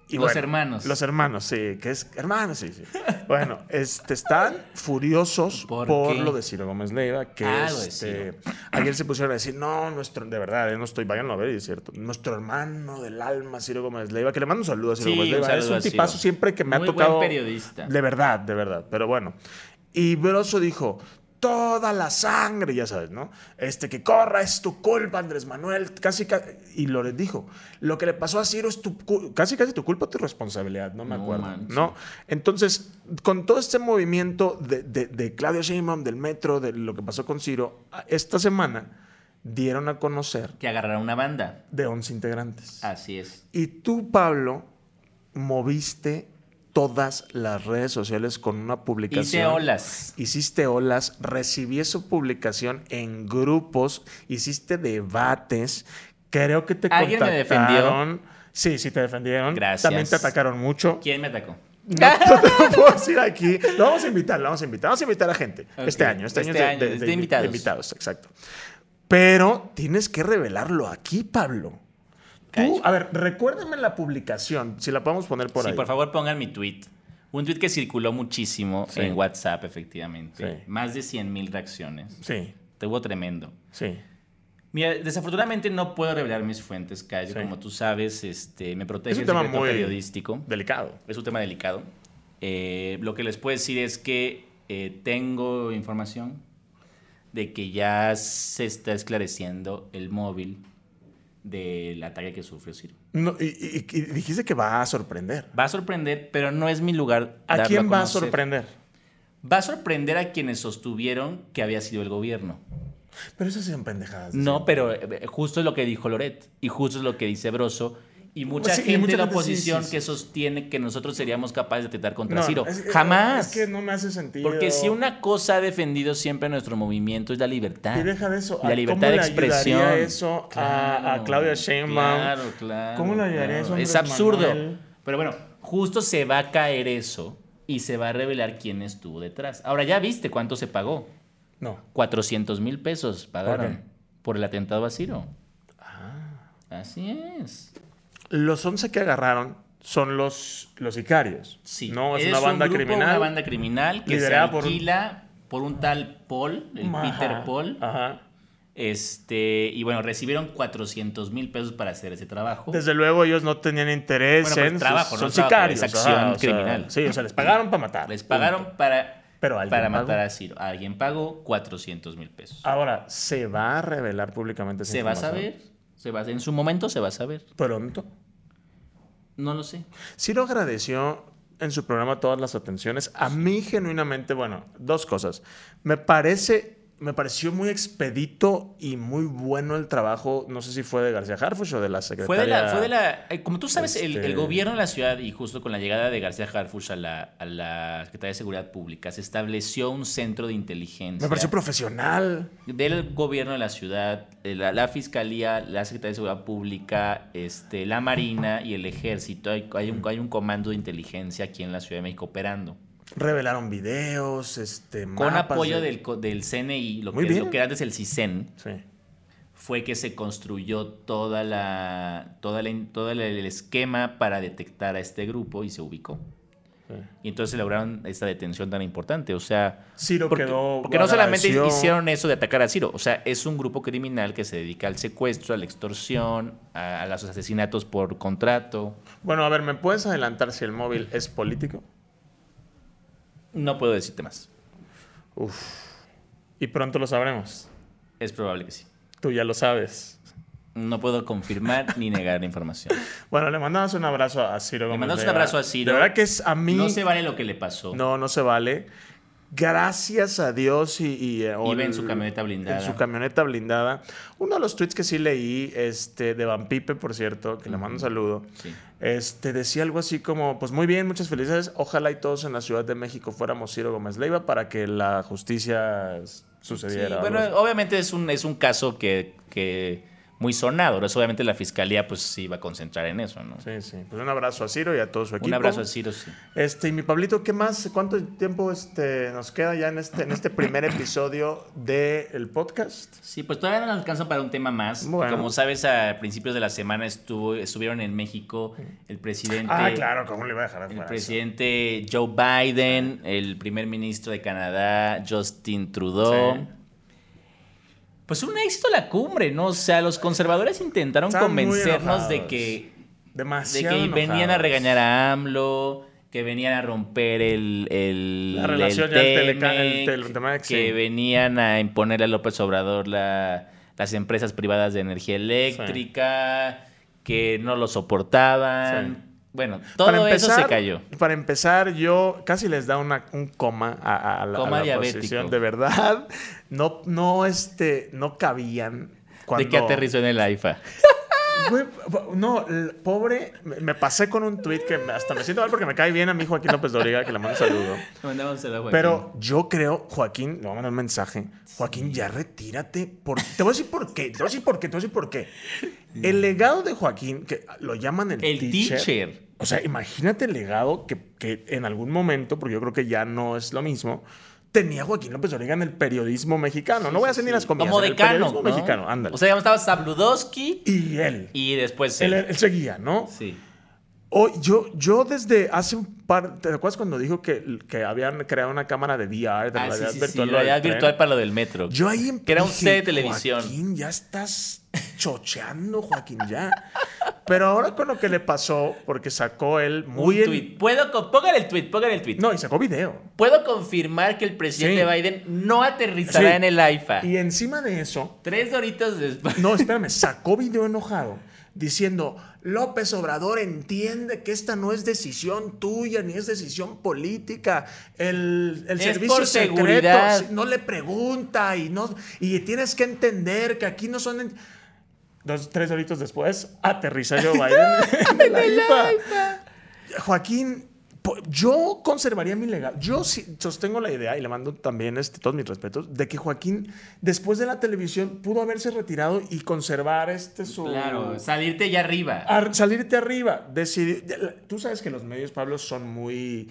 Speaker 1: Y
Speaker 2: Los hermanos.
Speaker 1: Los hermanos, sí, que es hermanos, sí, sí. Bueno, este, están furiosos
Speaker 2: ¿Por
Speaker 1: por,
Speaker 2: qué?
Speaker 1: lo de Ciro Gómez Leiva, que
Speaker 2: Ah, lo de
Speaker 1: este, ayer se pusieron a decir, no, nuestro, de verdad, eh, no estoy, vayan a ver, y es cierto, nuestro hermano del alma, Ciro Gómez Leiva, que le mando un saludo a Ciro
Speaker 2: Sí,
Speaker 1: Gómez
Speaker 2: un
Speaker 1: Leiva, es
Speaker 2: saludo a
Speaker 1: un
Speaker 2: Ciro.
Speaker 1: tipazo siempre que me
Speaker 2: Muy
Speaker 1: ha
Speaker 2: buen
Speaker 1: tocado.
Speaker 2: periodista.
Speaker 1: De verdad, de verdad, pero bueno. Y Broso dijo, toda la sangre, ya sabes, ¿no? Este que corra es tu culpa, Andrés Manuel, casi, ca- Y Loret dijo, lo que le pasó a Ciro es tu, cu- casi, casi tu culpa, tu responsabilidad, no me
Speaker 2: No
Speaker 1: acuerdo,
Speaker 2: manches.
Speaker 1: ¿no? Entonces, con todo este movimiento de, de- de Claudio Sheinbaum, del metro, de lo que pasó con Ciro, a- esta semana dieron a conocer
Speaker 2: Que agarrará una banda.
Speaker 1: de 11 integrantes.
Speaker 2: Así es.
Speaker 1: Y tú, Pablo, moviste todas las redes sociales con una publicación.
Speaker 2: Hice olas.
Speaker 1: Hiciste olas, recibí esa publicación en grupos, hiciste debates, creo que te
Speaker 2: ¿Alguien me
Speaker 1: contactaron. Sí, sí te defendieron.
Speaker 2: Gracias.
Speaker 1: También te atacaron mucho.
Speaker 2: ¿Quién me atacó? Ah.
Speaker 1: No, no te lo puedo decir aquí. Lo vamos a invitar, lo vamos a invitar. Vamos a invitar a gente.
Speaker 2: Ok.
Speaker 1: Este año. Este,
Speaker 2: Este
Speaker 1: año es de-
Speaker 2: año,
Speaker 1: de,
Speaker 2: es de
Speaker 1: de invi-
Speaker 2: invitados.
Speaker 1: de invitados, exacto. Pero tienes que revelarlo aquí, Pablo. Tú,
Speaker 2: Cacho.
Speaker 1: a ver, recuérdame la publicación, si la podemos poner por
Speaker 2: sí,
Speaker 1: ahí.
Speaker 2: por favor pongan mi tweet. Un tweet que circuló muchísimo
Speaker 1: Sí.
Speaker 2: en WhatsApp, efectivamente.
Speaker 1: Sí.
Speaker 2: Más de 100.000 mil reacciones.
Speaker 1: Sí,
Speaker 2: Estuvo tremendo.
Speaker 1: sí.
Speaker 2: Mira, desafortunadamente no puedo revelar mis fuentes, Cayo.
Speaker 1: Sí.
Speaker 2: Como tú sabes, este, me protege
Speaker 1: Es un
Speaker 2: el
Speaker 1: tema
Speaker 2: secreto
Speaker 1: muy-
Speaker 2: periodístico.
Speaker 1: Delicado.
Speaker 2: Es un tema delicado. Eh, lo que les puedo decir es que eh, tengo información de que ya se está esclareciendo el móvil del ataque que sufrió Ciro.
Speaker 1: No, y, y- y dijiste que va a sorprender.
Speaker 2: Va a sorprender, pero no es mi lugar.
Speaker 1: ¿A
Speaker 2: darlo
Speaker 1: quién va a
Speaker 2: conocer.
Speaker 1: sorprender?
Speaker 2: Va a sorprender a quienes sostuvieron que había sido el gobierno.
Speaker 1: Pero esas son pendejadas.
Speaker 2: No, pero eh, justo es lo que dijo Loret y justo es lo que dice Broso. Y mucha
Speaker 1: Pues Sí, y
Speaker 2: gente
Speaker 1: mucha
Speaker 2: de la
Speaker 1: gente, sí,
Speaker 2: oposición
Speaker 1: sí, sí.
Speaker 2: que sostiene que nosotros seríamos capaces de atentar contra
Speaker 1: No,
Speaker 2: Ciro.
Speaker 1: es que-
Speaker 2: Jamás.
Speaker 1: Es que no me hace sentido.
Speaker 2: Porque si una cosa ha defendido siempre nuestro movimiento es la libertad.
Speaker 1: Y deja de eso.
Speaker 2: La
Speaker 1: ¿A
Speaker 2: libertad
Speaker 1: cómo
Speaker 2: de
Speaker 1: le ayudaría
Speaker 2: expresión.
Speaker 1: eso a- a Claudia Sheinbaum?
Speaker 2: Claro, claro.
Speaker 1: ¿Cómo le ayudaría
Speaker 2: claro.
Speaker 1: eso a
Speaker 2: Es
Speaker 1: Andrés
Speaker 2: absurdo.
Speaker 1: Manuel?
Speaker 2: Pero bueno, justo se va a caer eso y se va a revelar quién estuvo detrás. Ahora ya viste cuánto se pagó.
Speaker 1: No.
Speaker 2: 400 mil pesos pagaron
Speaker 1: Ok. Ah.
Speaker 2: por el atentado a Ciro. Así es.
Speaker 1: Los 11 que agarraron son los, los sicarios.
Speaker 2: Sí.
Speaker 1: No, es
Speaker 2: Es
Speaker 1: una
Speaker 2: un
Speaker 1: banda
Speaker 2: grupo,
Speaker 1: criminal.
Speaker 2: Una banda criminal que se
Speaker 1: liderada por un-
Speaker 2: alquila por un, tal Paul, el
Speaker 1: Ajá,
Speaker 2: Peter Paul.
Speaker 1: Ajá.
Speaker 2: Este, y bueno, recibieron 400 mil pesos para hacer ese trabajo.
Speaker 1: Desde luego ellos no tenían interés
Speaker 2: Bueno, pues,
Speaker 1: en
Speaker 2: trabajo,
Speaker 1: son
Speaker 2: no trabajo, es
Speaker 1: sicarios,
Speaker 2: acción
Speaker 1: ajá, o sea,
Speaker 2: criminal.
Speaker 1: sí, o sea, les pagaron para matar.
Speaker 2: Les pagaron
Speaker 1: punto.
Speaker 2: para,
Speaker 1: Pero alguien
Speaker 2: para
Speaker 1: pagó. Ah,
Speaker 2: matar a Ciro. Alguien pagó 400 mil pesos.
Speaker 1: Ahora se va a revelar públicamente. esa
Speaker 2: se va a
Speaker 1: información?
Speaker 2: saber. Se va, a- en su momento se va a saber.
Speaker 1: pronto.
Speaker 2: No lo sé.
Speaker 1: Ciro agradeció en su programa todas las atenciones. A mí genuinamente, bueno, dos cosas. Me parece me pareció muy expedito y muy bueno el trabajo, no sé si fue de García Harfuch o de la
Speaker 2: Fue
Speaker 1: secretaria.
Speaker 2: de la. Fue de la eh, como tú sabes, el,
Speaker 1: Este-
Speaker 2: el gobierno de la ciudad, y justo con la llegada de García Harfuch a la, a la Secretaría de Seguridad Pública, se estableció un centro de inteligencia.
Speaker 1: Me pareció profesional.
Speaker 2: del gobierno de la ciudad, eh, la, la fiscalía, la Secretaría de Seguridad Pública, este, la Marina y el Ejército. Hay, hay un, hay un comando de inteligencia aquí en la Ciudad de México operando.
Speaker 1: Revelaron videos, este
Speaker 2: Con
Speaker 1: mapas
Speaker 2: apoyo
Speaker 1: de-
Speaker 2: del, co- del CNI, lo
Speaker 1: Muy
Speaker 2: que, es-
Speaker 1: bien.
Speaker 2: lo que era antes el CISEN,
Speaker 1: Sí.
Speaker 2: fue que se construyó toda la, toda la, in- todo el esquema para detectar a este grupo y se ubicó. Y entonces lograron esta detención tan importante. O sea,
Speaker 1: Ciro
Speaker 2: porque,
Speaker 1: quedó.
Speaker 2: porque no solamente
Speaker 1: agradeció.
Speaker 2: hicieron eso de atacar a Ciro, o sea, es un grupo criminal que se dedica al secuestro, a la extorsión, a, a los asesinatos por contrato.
Speaker 1: Bueno, a ver, ¿me puedes adelantar si el móvil es político?
Speaker 2: No puedo decirte más.
Speaker 1: Y pronto lo sabremos.
Speaker 2: Es probable que sí.
Speaker 1: Tú ya lo sabes.
Speaker 2: No puedo confirmar ni negar la información.
Speaker 1: Bueno, le mandamos un abrazo a Ciro.
Speaker 2: Le
Speaker 1: Gómez
Speaker 2: mandamos un
Speaker 1: Leiva.
Speaker 2: abrazo a Ciro.
Speaker 1: De verdad que es a mí.
Speaker 2: No se vale lo que le pasó.
Speaker 1: No, no se vale. Gracias a Dios y... y eh,
Speaker 2: Iba en
Speaker 1: el-
Speaker 2: su camioneta blindada.
Speaker 1: En su camioneta blindada. Uno de los tweets que sí leí, este, de Van Pipe, por cierto, que le mando un saludo,
Speaker 2: Sí.
Speaker 1: este, decía algo así como, pues muy bien, muchas felicidades. Ojalá y todos en la Ciudad de México fuéramos Ciro Gómez Leiva para que la justicia s-
Speaker 2: Sí,
Speaker 1: sucediera.
Speaker 2: bueno, obviamente es un, es un caso que, que muy sonado. Por eso obviamente la fiscalía pues sí va a concentrar en eso, ¿no?
Speaker 1: Sí, sí. Pues un abrazo a Ciro y a todo su equipo.
Speaker 2: un abrazo a Ciro, sí.
Speaker 1: Este, y mi Pablito, ¿qué más? ¿Cuánto tiempo este, nos queda ya en este, en este primer episodio del podcast?
Speaker 2: Sí, pues todavía no nos alcanza para un tema más.
Speaker 1: Bueno.
Speaker 2: Como sabes, a principios de la semana estuvo, estuvieron en México el presidente,
Speaker 1: Ah, claro, ¿cómo le iba a dejar
Speaker 2: el
Speaker 1: afuera eso?
Speaker 2: presidente Joe Biden, el primer ministro de Canadá Justin Trudeau.
Speaker 1: Sí.
Speaker 2: Pues un éxito la cumbre, ¿no? O sea, los conservadores intentaron
Speaker 1: Estaban muy
Speaker 2: convencernos de
Speaker 1: enojados.
Speaker 2: que De
Speaker 1: Demasiado
Speaker 2: que
Speaker 1: enojados.
Speaker 2: venían a regañar a AMLO, que venían a romper el, el,
Speaker 1: La relación
Speaker 2: el
Speaker 1: ya del Teleca-
Speaker 2: Temec,
Speaker 1: el Tel- Temec, sí.
Speaker 2: que venían a imponerle a López Obrador la- las empresas privadas de energía eléctrica, que no lo soportaban. Bueno, todo eso se cayó.
Speaker 1: Para empezar, yo casi les da una- un coma a, a- a la,
Speaker 2: Coma
Speaker 1: a la
Speaker 2: diabético.
Speaker 1: oposición. De verdad, no, no, este, no cabían. Cuando,
Speaker 2: De que aterrizó en el AIFA.
Speaker 1: Güey, no, el pobre, me, me pasé con un tweet que me- hasta me siento mal porque me cae bien a mi Joaquín López Doriga, que le mando un saludo.
Speaker 2: Le mandamos un saludo a Joaquín.
Speaker 1: Pero yo creo, Joaquín, le voy a mandar un mensaje. Joaquín, ya retírate. por- te voy a decir por qué, te voy a decir por qué, te voy a decir por qué. El legado de Joaquín, que lo llaman el,
Speaker 2: el teacher.
Speaker 1: o sea, imagínate el legado que, que en algún momento, porque yo creo que ya no es lo mismo, tenía Joaquín López Origa en el periodismo mexicano. no voy a hacer ni las comillas.
Speaker 2: Como
Speaker 1: en el
Speaker 2: decano.
Speaker 1: periodismo
Speaker 2: ¿no?
Speaker 1: mexicano, ándale.
Speaker 2: O sea, digamos, estaba Sabludowski
Speaker 1: y él.
Speaker 2: y después
Speaker 1: Él,
Speaker 2: él.
Speaker 1: él seguía, ¿no?
Speaker 2: Sí.
Speaker 1: Hoy, Oh, yo, yo desde hace un par... ¿Te acuerdas cuando dijo que, que habían creado una cámara de VR, de
Speaker 2: Ah, sí,
Speaker 1: realidad
Speaker 2: sí, sí,
Speaker 1: virtual? lo del
Speaker 2: realidad
Speaker 1: tren?
Speaker 2: virtual para lo del metro.
Speaker 1: Yo ahí em-
Speaker 2: Que era un
Speaker 1: dije,
Speaker 2: set de televisión.
Speaker 1: Joaquín, ya estás chocheando, Joaquín, ya. Pero ahora con lo que le pasó, porque sacó él muy...
Speaker 2: Un
Speaker 1: en-
Speaker 2: tuit. Puedo con- Póngale el tweet, póngale el tweet.
Speaker 1: No, y sacó video.
Speaker 2: Puedo confirmar que el presidente
Speaker 1: Sí.
Speaker 2: Biden no aterrizará
Speaker 1: Sí.
Speaker 2: en el AIFA.
Speaker 1: Y encima de eso,
Speaker 2: Tres horitas después.
Speaker 1: no, espérame, sacó video enojado diciendo, López Obrador entiende que esta no es decisión tuya ni es decisión política. El, el
Speaker 2: Es
Speaker 1: servicio
Speaker 2: por
Speaker 1: secreto
Speaker 2: seguridad.
Speaker 1: sí, no le pregunta y, no, y tienes que entender que aquí no son... en- Dos, tres horitos después, aterriza Joe Biden en la IFA. Joaquín, po- yo conservaría mi legado. Yo sí sostengo la idea y le mando también este, todos mis respetos de que Joaquín, después de la televisión, pudo haberse retirado y conservar este su.
Speaker 2: Claro, salirte ya arriba.
Speaker 1: Ar- salirte arriba. Decidir. ya la- Tú sabes que los medios, Pablo, son muy.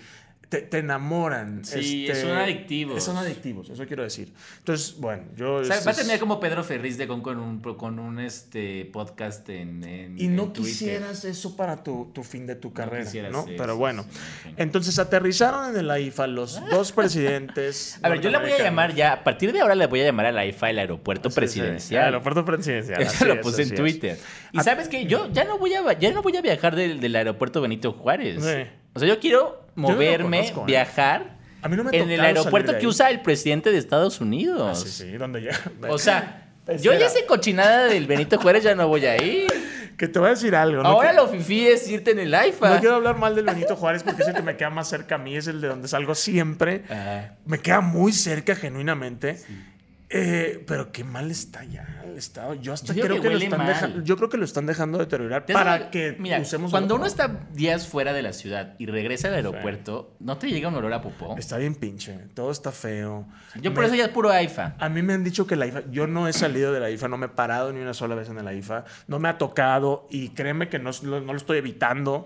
Speaker 1: Te, te enamoran. este,
Speaker 2: Sí, son adictivos.
Speaker 1: Son adictivos, eso quiero decir. Entonces, bueno, yo.
Speaker 2: O sea,
Speaker 1: este
Speaker 2: va a
Speaker 1: es-
Speaker 2: terminar como Pedro Ferriz de con, con un, con un este, podcast en, en-
Speaker 1: Y
Speaker 2: en
Speaker 1: no
Speaker 2: Twitter.
Speaker 1: quisieras eso para tu, tu fin de tu carrera,
Speaker 2: quisiera,
Speaker 1: ¿no?
Speaker 2: sí,
Speaker 1: Pero
Speaker 2: sí,
Speaker 1: bueno.
Speaker 2: sí, en fin.
Speaker 1: Entonces aterrizaron en la IFA los dos presidentes.
Speaker 2: A ver, yo le voy a llamar ya, a partir de ahora le voy a llamar a la IFA el aeropuerto presidencial.
Speaker 1: El aeropuerto presidencial.
Speaker 2: Eso
Speaker 1: así
Speaker 2: lo
Speaker 1: es, así
Speaker 2: puse en
Speaker 1: es. Ah, mm.
Speaker 2: Twitter. Y sabes que yo ya no voy a ya no voy a viajar del, del aeropuerto Benito Juárez.
Speaker 1: Sí.
Speaker 2: O sea, yo quiero
Speaker 1: no lo
Speaker 2: moverme,
Speaker 1: conozco, ¿eh?
Speaker 2: viajar
Speaker 1: A mí no me ha
Speaker 2: en
Speaker 1: tocado
Speaker 2: el
Speaker 1: salir
Speaker 2: aeropuerto
Speaker 1: de
Speaker 2: que
Speaker 1: ahí.
Speaker 2: usa el presidente de Estados
Speaker 1: Ah,
Speaker 2: Unidos.
Speaker 1: sí, sí, donde ya.
Speaker 2: O sea, yo
Speaker 1: Espera.
Speaker 2: ya sé cochinada del Benito Juárez, ya no voy a ir.
Speaker 1: Que te voy a decir algo. no
Speaker 2: Ahora
Speaker 1: quiero-
Speaker 2: lo fifí es irte en el AIFA.
Speaker 1: No quiero hablar mal del Benito Juárez porque es el que me queda más cerca a mí, es el de donde salgo siempre.
Speaker 2: Ah,
Speaker 1: Me queda muy cerca, genuinamente. Eh, pero qué mal está ya el estado. Yo hasta
Speaker 2: Yo digo
Speaker 1: creo
Speaker 2: que
Speaker 1: que, lo
Speaker 2: huele
Speaker 1: están
Speaker 2: mal.
Speaker 1: dejando. Yo creo que lo están dejando deteriorar
Speaker 2: ¿te has
Speaker 1: para
Speaker 2: dado-
Speaker 1: que
Speaker 2: Mira,
Speaker 1: usemos.
Speaker 2: cuando uno
Speaker 1: otro.
Speaker 2: está días fuera de la ciudad y regresa al aeropuerto, ¿no te llega un olor a popó?
Speaker 1: Está bien pinche, todo está feo.
Speaker 2: Yo por
Speaker 1: Me-
Speaker 2: eso ya es puro AIFA.
Speaker 1: A mí me han dicho que la IFA, yo no he salido de la IFA, no me he parado ni una sola vez en la IFA, no me ha tocado y créeme que no, es- lo- no lo estoy evitando.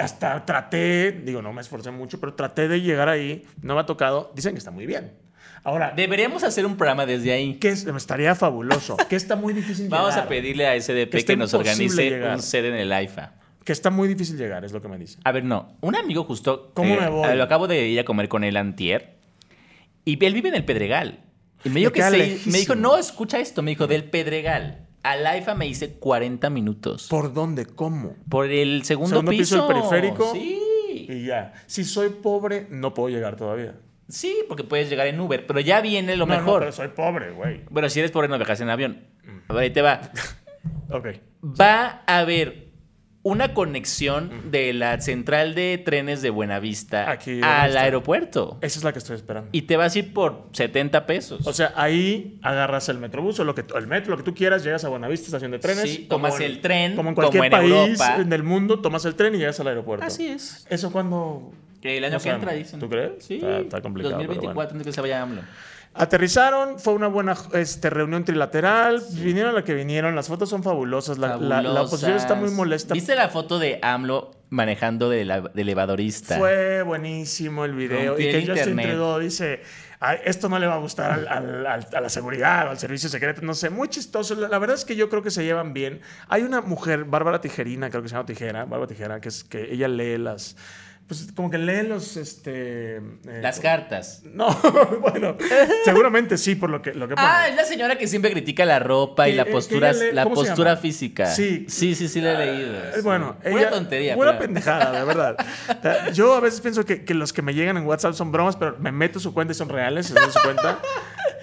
Speaker 1: Hasta traté, digo, no me esforcé mucho, pero traté de llegar ahí, no me ha tocado. Dicen que está muy bien. Ahora,
Speaker 2: Deberíamos hacer un programa desde ahí.
Speaker 1: que es- estaría fabuloso, que está muy difícil
Speaker 2: Vamos
Speaker 1: llegar.
Speaker 2: a pedirle a SDP
Speaker 1: Que
Speaker 2: que,
Speaker 1: está
Speaker 2: nos
Speaker 1: imposible
Speaker 2: organice
Speaker 1: llegar.
Speaker 2: un set en el AIFA.
Speaker 1: Que está muy difícil llegar, es lo que me dice.
Speaker 2: A ver, no. Un amigo justo.
Speaker 1: ¿Cómo me voy?
Speaker 2: Lo acabo de ir a comer con él antier. Y él vive en el Pedregal. Y me dijo
Speaker 1: Me
Speaker 2: que
Speaker 1: queda
Speaker 2: se-
Speaker 1: lejísimo.
Speaker 2: Me dijo, no, escucha esto. Me dijo, del Pedregal. A la IFA me hice 40 minutos. Por,
Speaker 1: ¿Por dónde? ¿Cómo?
Speaker 2: el segundo,
Speaker 1: Segundo piso del periférico.
Speaker 2: Sí.
Speaker 1: Y ya. Si soy pobre, no puedo llegar todavía.
Speaker 2: Sí, porque puedes llegar en Uber. Pero ya viene lo
Speaker 1: No, no,
Speaker 2: mejor.
Speaker 1: pero Mm. soy pobre, güey.
Speaker 2: Bueno, si eres pobre, no viajas en avión. Ahí te va.
Speaker 1: Ok.
Speaker 2: Va a haber una conexión de la central de trenes de Buenavista
Speaker 1: Aquí,
Speaker 2: al
Speaker 1: Buenavista.
Speaker 2: aeropuerto.
Speaker 1: Esa es la que estoy esperando.
Speaker 2: Y te vas a ir por 70 pesos.
Speaker 1: O sea, ahí agarras el metrobús o lo que, el metro, lo que tú quieras, llegas a Buenavista, estación de trenes.
Speaker 2: Sí, tomas
Speaker 1: en-
Speaker 2: el tren,
Speaker 1: Como en
Speaker 2: como
Speaker 1: cualquier
Speaker 2: en
Speaker 1: país
Speaker 2: Europa.
Speaker 1: en el mundo, tomas el tren y llegas al aeropuerto.
Speaker 2: Así es.
Speaker 1: ¿Eso cuando
Speaker 2: Que el año
Speaker 1: No
Speaker 2: que
Speaker 1: sabemos.
Speaker 2: entra, dicen.
Speaker 1: ¿Tú crees?
Speaker 2: Sí.
Speaker 1: Está- está complicado, pero
Speaker 2: 2024, antes que se vaya AMLO.
Speaker 1: Aterrizaron, fue una buena este, reunión trilateral, vinieron a la que vinieron, las fotos son fabulosas, la, la- la oposición está muy
Speaker 2: Fabulosas.
Speaker 1: molesta.
Speaker 2: ¿Viste la foto de AMLO manejando de, la- de elevadorista?
Speaker 1: Fue buenísimo el video.
Speaker 2: Rompí
Speaker 1: Y
Speaker 2: el
Speaker 1: que Justin
Speaker 2: internet.
Speaker 1: Trudeau dice, "Ay, esto no le va a gustar al- al- al- a la seguridad, al servicio secreto, no sé, muy chistoso. La, la verdad es que yo creo que se llevan bien. Hay una mujer, Bárbara Tijerina, creo que se llama Tijera, Bárbara Tijera, que, es, que ella lee las... Pues como que lee los... Este, eh,
Speaker 2: Las cartas.
Speaker 1: No, bueno, seguramente sí, por lo que, lo que pone.
Speaker 2: Ah, es la señora que siempre critica la ropa y
Speaker 1: Que-
Speaker 2: la
Speaker 1: eh, que
Speaker 2: postura,
Speaker 1: ella lee-
Speaker 2: la
Speaker 1: ¿cómo se
Speaker 2: postura
Speaker 1: llama?
Speaker 2: física.
Speaker 1: Sí.
Speaker 2: Sí, sí, sí, la he leído.
Speaker 1: Eh,
Speaker 2: sí.
Speaker 1: Bueno,
Speaker 2: Pura
Speaker 1: ella-
Speaker 2: tontería.
Speaker 1: Pura
Speaker 2: pero-
Speaker 1: pendejada, de verdad. O sea, Yo a veces pienso que, que los que me llegan en WhatsApp son bromas, pero me meto su cuenta y son reales, es de su cuenta.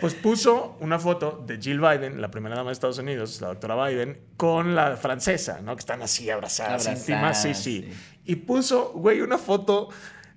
Speaker 1: Pues puso una foto de Jill Biden, la primera dama de Estados Unidos, la doctora Biden, con la francesa, ¿no? Que están así abrazadas,
Speaker 2: Abrazadas,
Speaker 1: íntimas, sí, sí.
Speaker 2: sí.
Speaker 1: Y puso, güey, una foto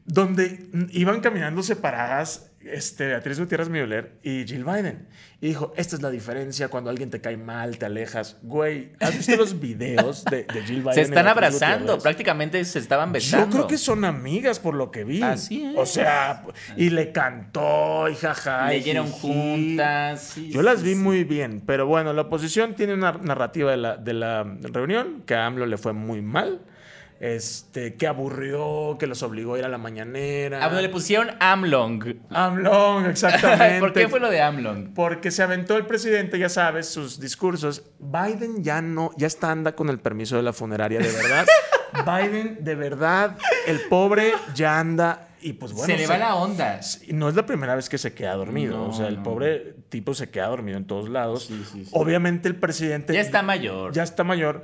Speaker 1: donde mm, iban caminando separadas este, Beatriz Gutiérrez Müller y Jill Biden. Y dijo, esta es la diferencia cuando alguien te cae mal, te alejas. Güey, ¿has visto los videos de, de Jill Biden?
Speaker 2: Se
Speaker 1: y
Speaker 2: están
Speaker 1: Beatriz
Speaker 2: abrazando,
Speaker 1: Gutiérrez?
Speaker 2: prácticamente se estaban besando.
Speaker 1: Yo creo que son amigas por lo que vi.
Speaker 2: Así es.
Speaker 1: O sea, y le cantó y jaja. y
Speaker 2: leyeron
Speaker 1: jiji.
Speaker 2: juntas. sí,
Speaker 1: Yo
Speaker 2: sí,
Speaker 1: las vi
Speaker 2: sí.
Speaker 1: muy bien, pero bueno, la oposición tiene una narrativa de la, de la reunión, que a AMLO le fue muy mal, este, que aburrió, que los obligó a ir a la mañanera.
Speaker 2: Ah, bueno, le pusieron Amlong.
Speaker 1: AMLO, exactamente.
Speaker 2: ¿Por qué fue lo de Amlong?
Speaker 1: Porque se aventó el presidente, ya sabes, sus discursos. Biden ya no, ya está anda con el permiso de la funeraria, de verdad. Biden, de verdad, el pobre ya anda y pues bueno.
Speaker 2: se le va la onda.
Speaker 1: Sí, No es la primera vez que se queda dormido.
Speaker 2: No,
Speaker 1: o sea, el
Speaker 2: no.
Speaker 1: pobre tipo se queda dormido en todos lados.
Speaker 2: Sí, sí, sí.
Speaker 1: Obviamente el presidente
Speaker 2: Ya está mayor.
Speaker 1: ya está mayor.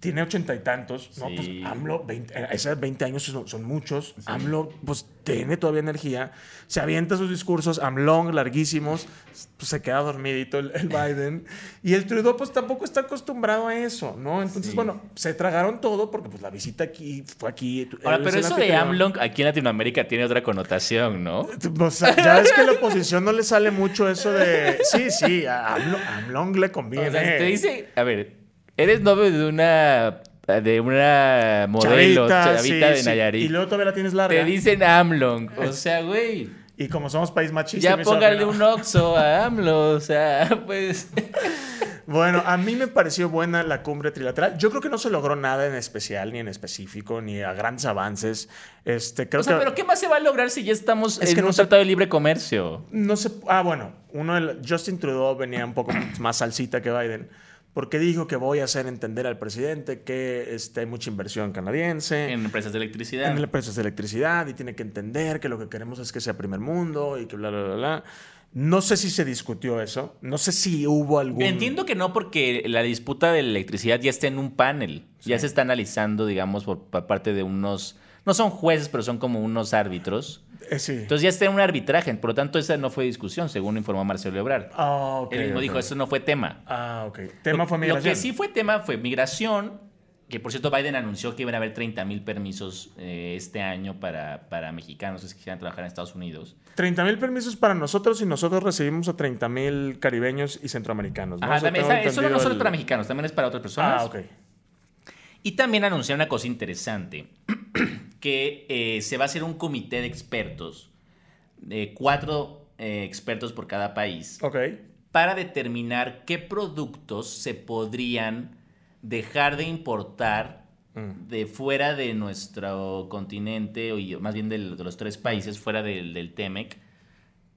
Speaker 1: Tiene ochenta y tantos. No,
Speaker 2: Sí.
Speaker 1: pues AMLO, 20, eh, esos 20 años son, son muchos. AMLO, pues tiene todavía energía. Se avienta sus discursos, AMLO, larguísimos. Pues se queda dormidito el, el Biden. Y el Trudeau, pues tampoco está acostumbrado a eso, ¿no? Entonces,
Speaker 2: Sí.
Speaker 1: bueno, se tragaron todo porque, pues, la visita aquí fue aquí.
Speaker 2: Ahora,
Speaker 1: él
Speaker 2: pero
Speaker 1: se la
Speaker 2: eso de
Speaker 1: anfitrión.
Speaker 2: Amlong aquí en Latinoamérica tiene otra connotación, ¿no?
Speaker 1: O sea, ya ves que a la oposición no le sale mucho eso de. Sí, sí, a AMLO, a AMLONG le conviene.
Speaker 2: O sea, si te dice, a ver, eres novio de una de una modelo, chavita,
Speaker 1: sí,
Speaker 2: de
Speaker 1: sí.
Speaker 2: Nayarit.
Speaker 1: Y luego todavía la tienes larga.
Speaker 2: Te dicen Amlong. O sea, güey,
Speaker 1: Y como somos país machista.
Speaker 2: ya
Speaker 1: mi
Speaker 2: póngale
Speaker 1: sobrino-
Speaker 2: un oxo a AMLO. O sea, pues.
Speaker 1: Bueno, a mí me pareció buena la cumbre trilateral. Yo creo que no se logró nada en especial, ni en específico, ni a grandes avances. Este, creo
Speaker 2: O sea,
Speaker 1: que.
Speaker 2: pero ¿qué más se va a lograr si ya estamos
Speaker 1: Es
Speaker 2: en
Speaker 1: que
Speaker 2: un
Speaker 1: no se-
Speaker 2: tratado de libre comercio?
Speaker 1: No sé. Ah, bueno, uno, el, Justin Trudeau venía un poco más salsita que Biden. Porque dijo que voy a hacer entender al presidente que este, hay mucha inversión canadiense.
Speaker 2: En empresas de electricidad.
Speaker 1: en el precios de electricidad y tiene que entender que lo que queremos es que sea primer mundo y que bla, bla, bla, bla. No sé si se discutió eso. No sé si hubo algún...
Speaker 2: Entiendo que no, porque la disputa de la electricidad ya está en un panel. Ya se está analizando, digamos, por, por parte de unos. No son jueces, pero son como unos árbitros.
Speaker 1: Eh, sí.
Speaker 2: Entonces ya está en un arbitraje. Por lo tanto, esa no fue discusión, según informó Marcelo Ebrard.
Speaker 1: Ah, ok,
Speaker 2: Él mismo
Speaker 1: ok.
Speaker 2: dijo: eso no fue tema.
Speaker 1: Ah, ok. Tema
Speaker 2: Lo-
Speaker 1: fue
Speaker 2: Lo que
Speaker 1: migración.
Speaker 2: sí fue tema fue migración. Que por cierto, Biden anunció que iban a haber 30 mil permisos eh, este año para, para mexicanos que quisieran trabajar en Estados Unidos.
Speaker 1: 30 mil permisos para nosotros y nosotros recibimos a 30 mil caribeños y centroamericanos. ¿no?
Speaker 2: Ajá,
Speaker 1: O sea,
Speaker 2: también,
Speaker 1: tengo
Speaker 2: está- eso no
Speaker 1: entendido
Speaker 2: solo es
Speaker 1: el-
Speaker 2: para mexicanos, también es para otras personas.
Speaker 1: Ah, ok.
Speaker 2: Y también anunciaron una cosa interesante, que eh, se va a hacer un comité de expertos, de cuatro eh, expertos por cada país,
Speaker 1: Ok.
Speaker 2: para determinar qué productos se podrían dejar de importar
Speaker 1: Mm.
Speaker 2: de fuera de nuestro continente, o y- más bien del- de los tres países, fuera del, del TEMEC,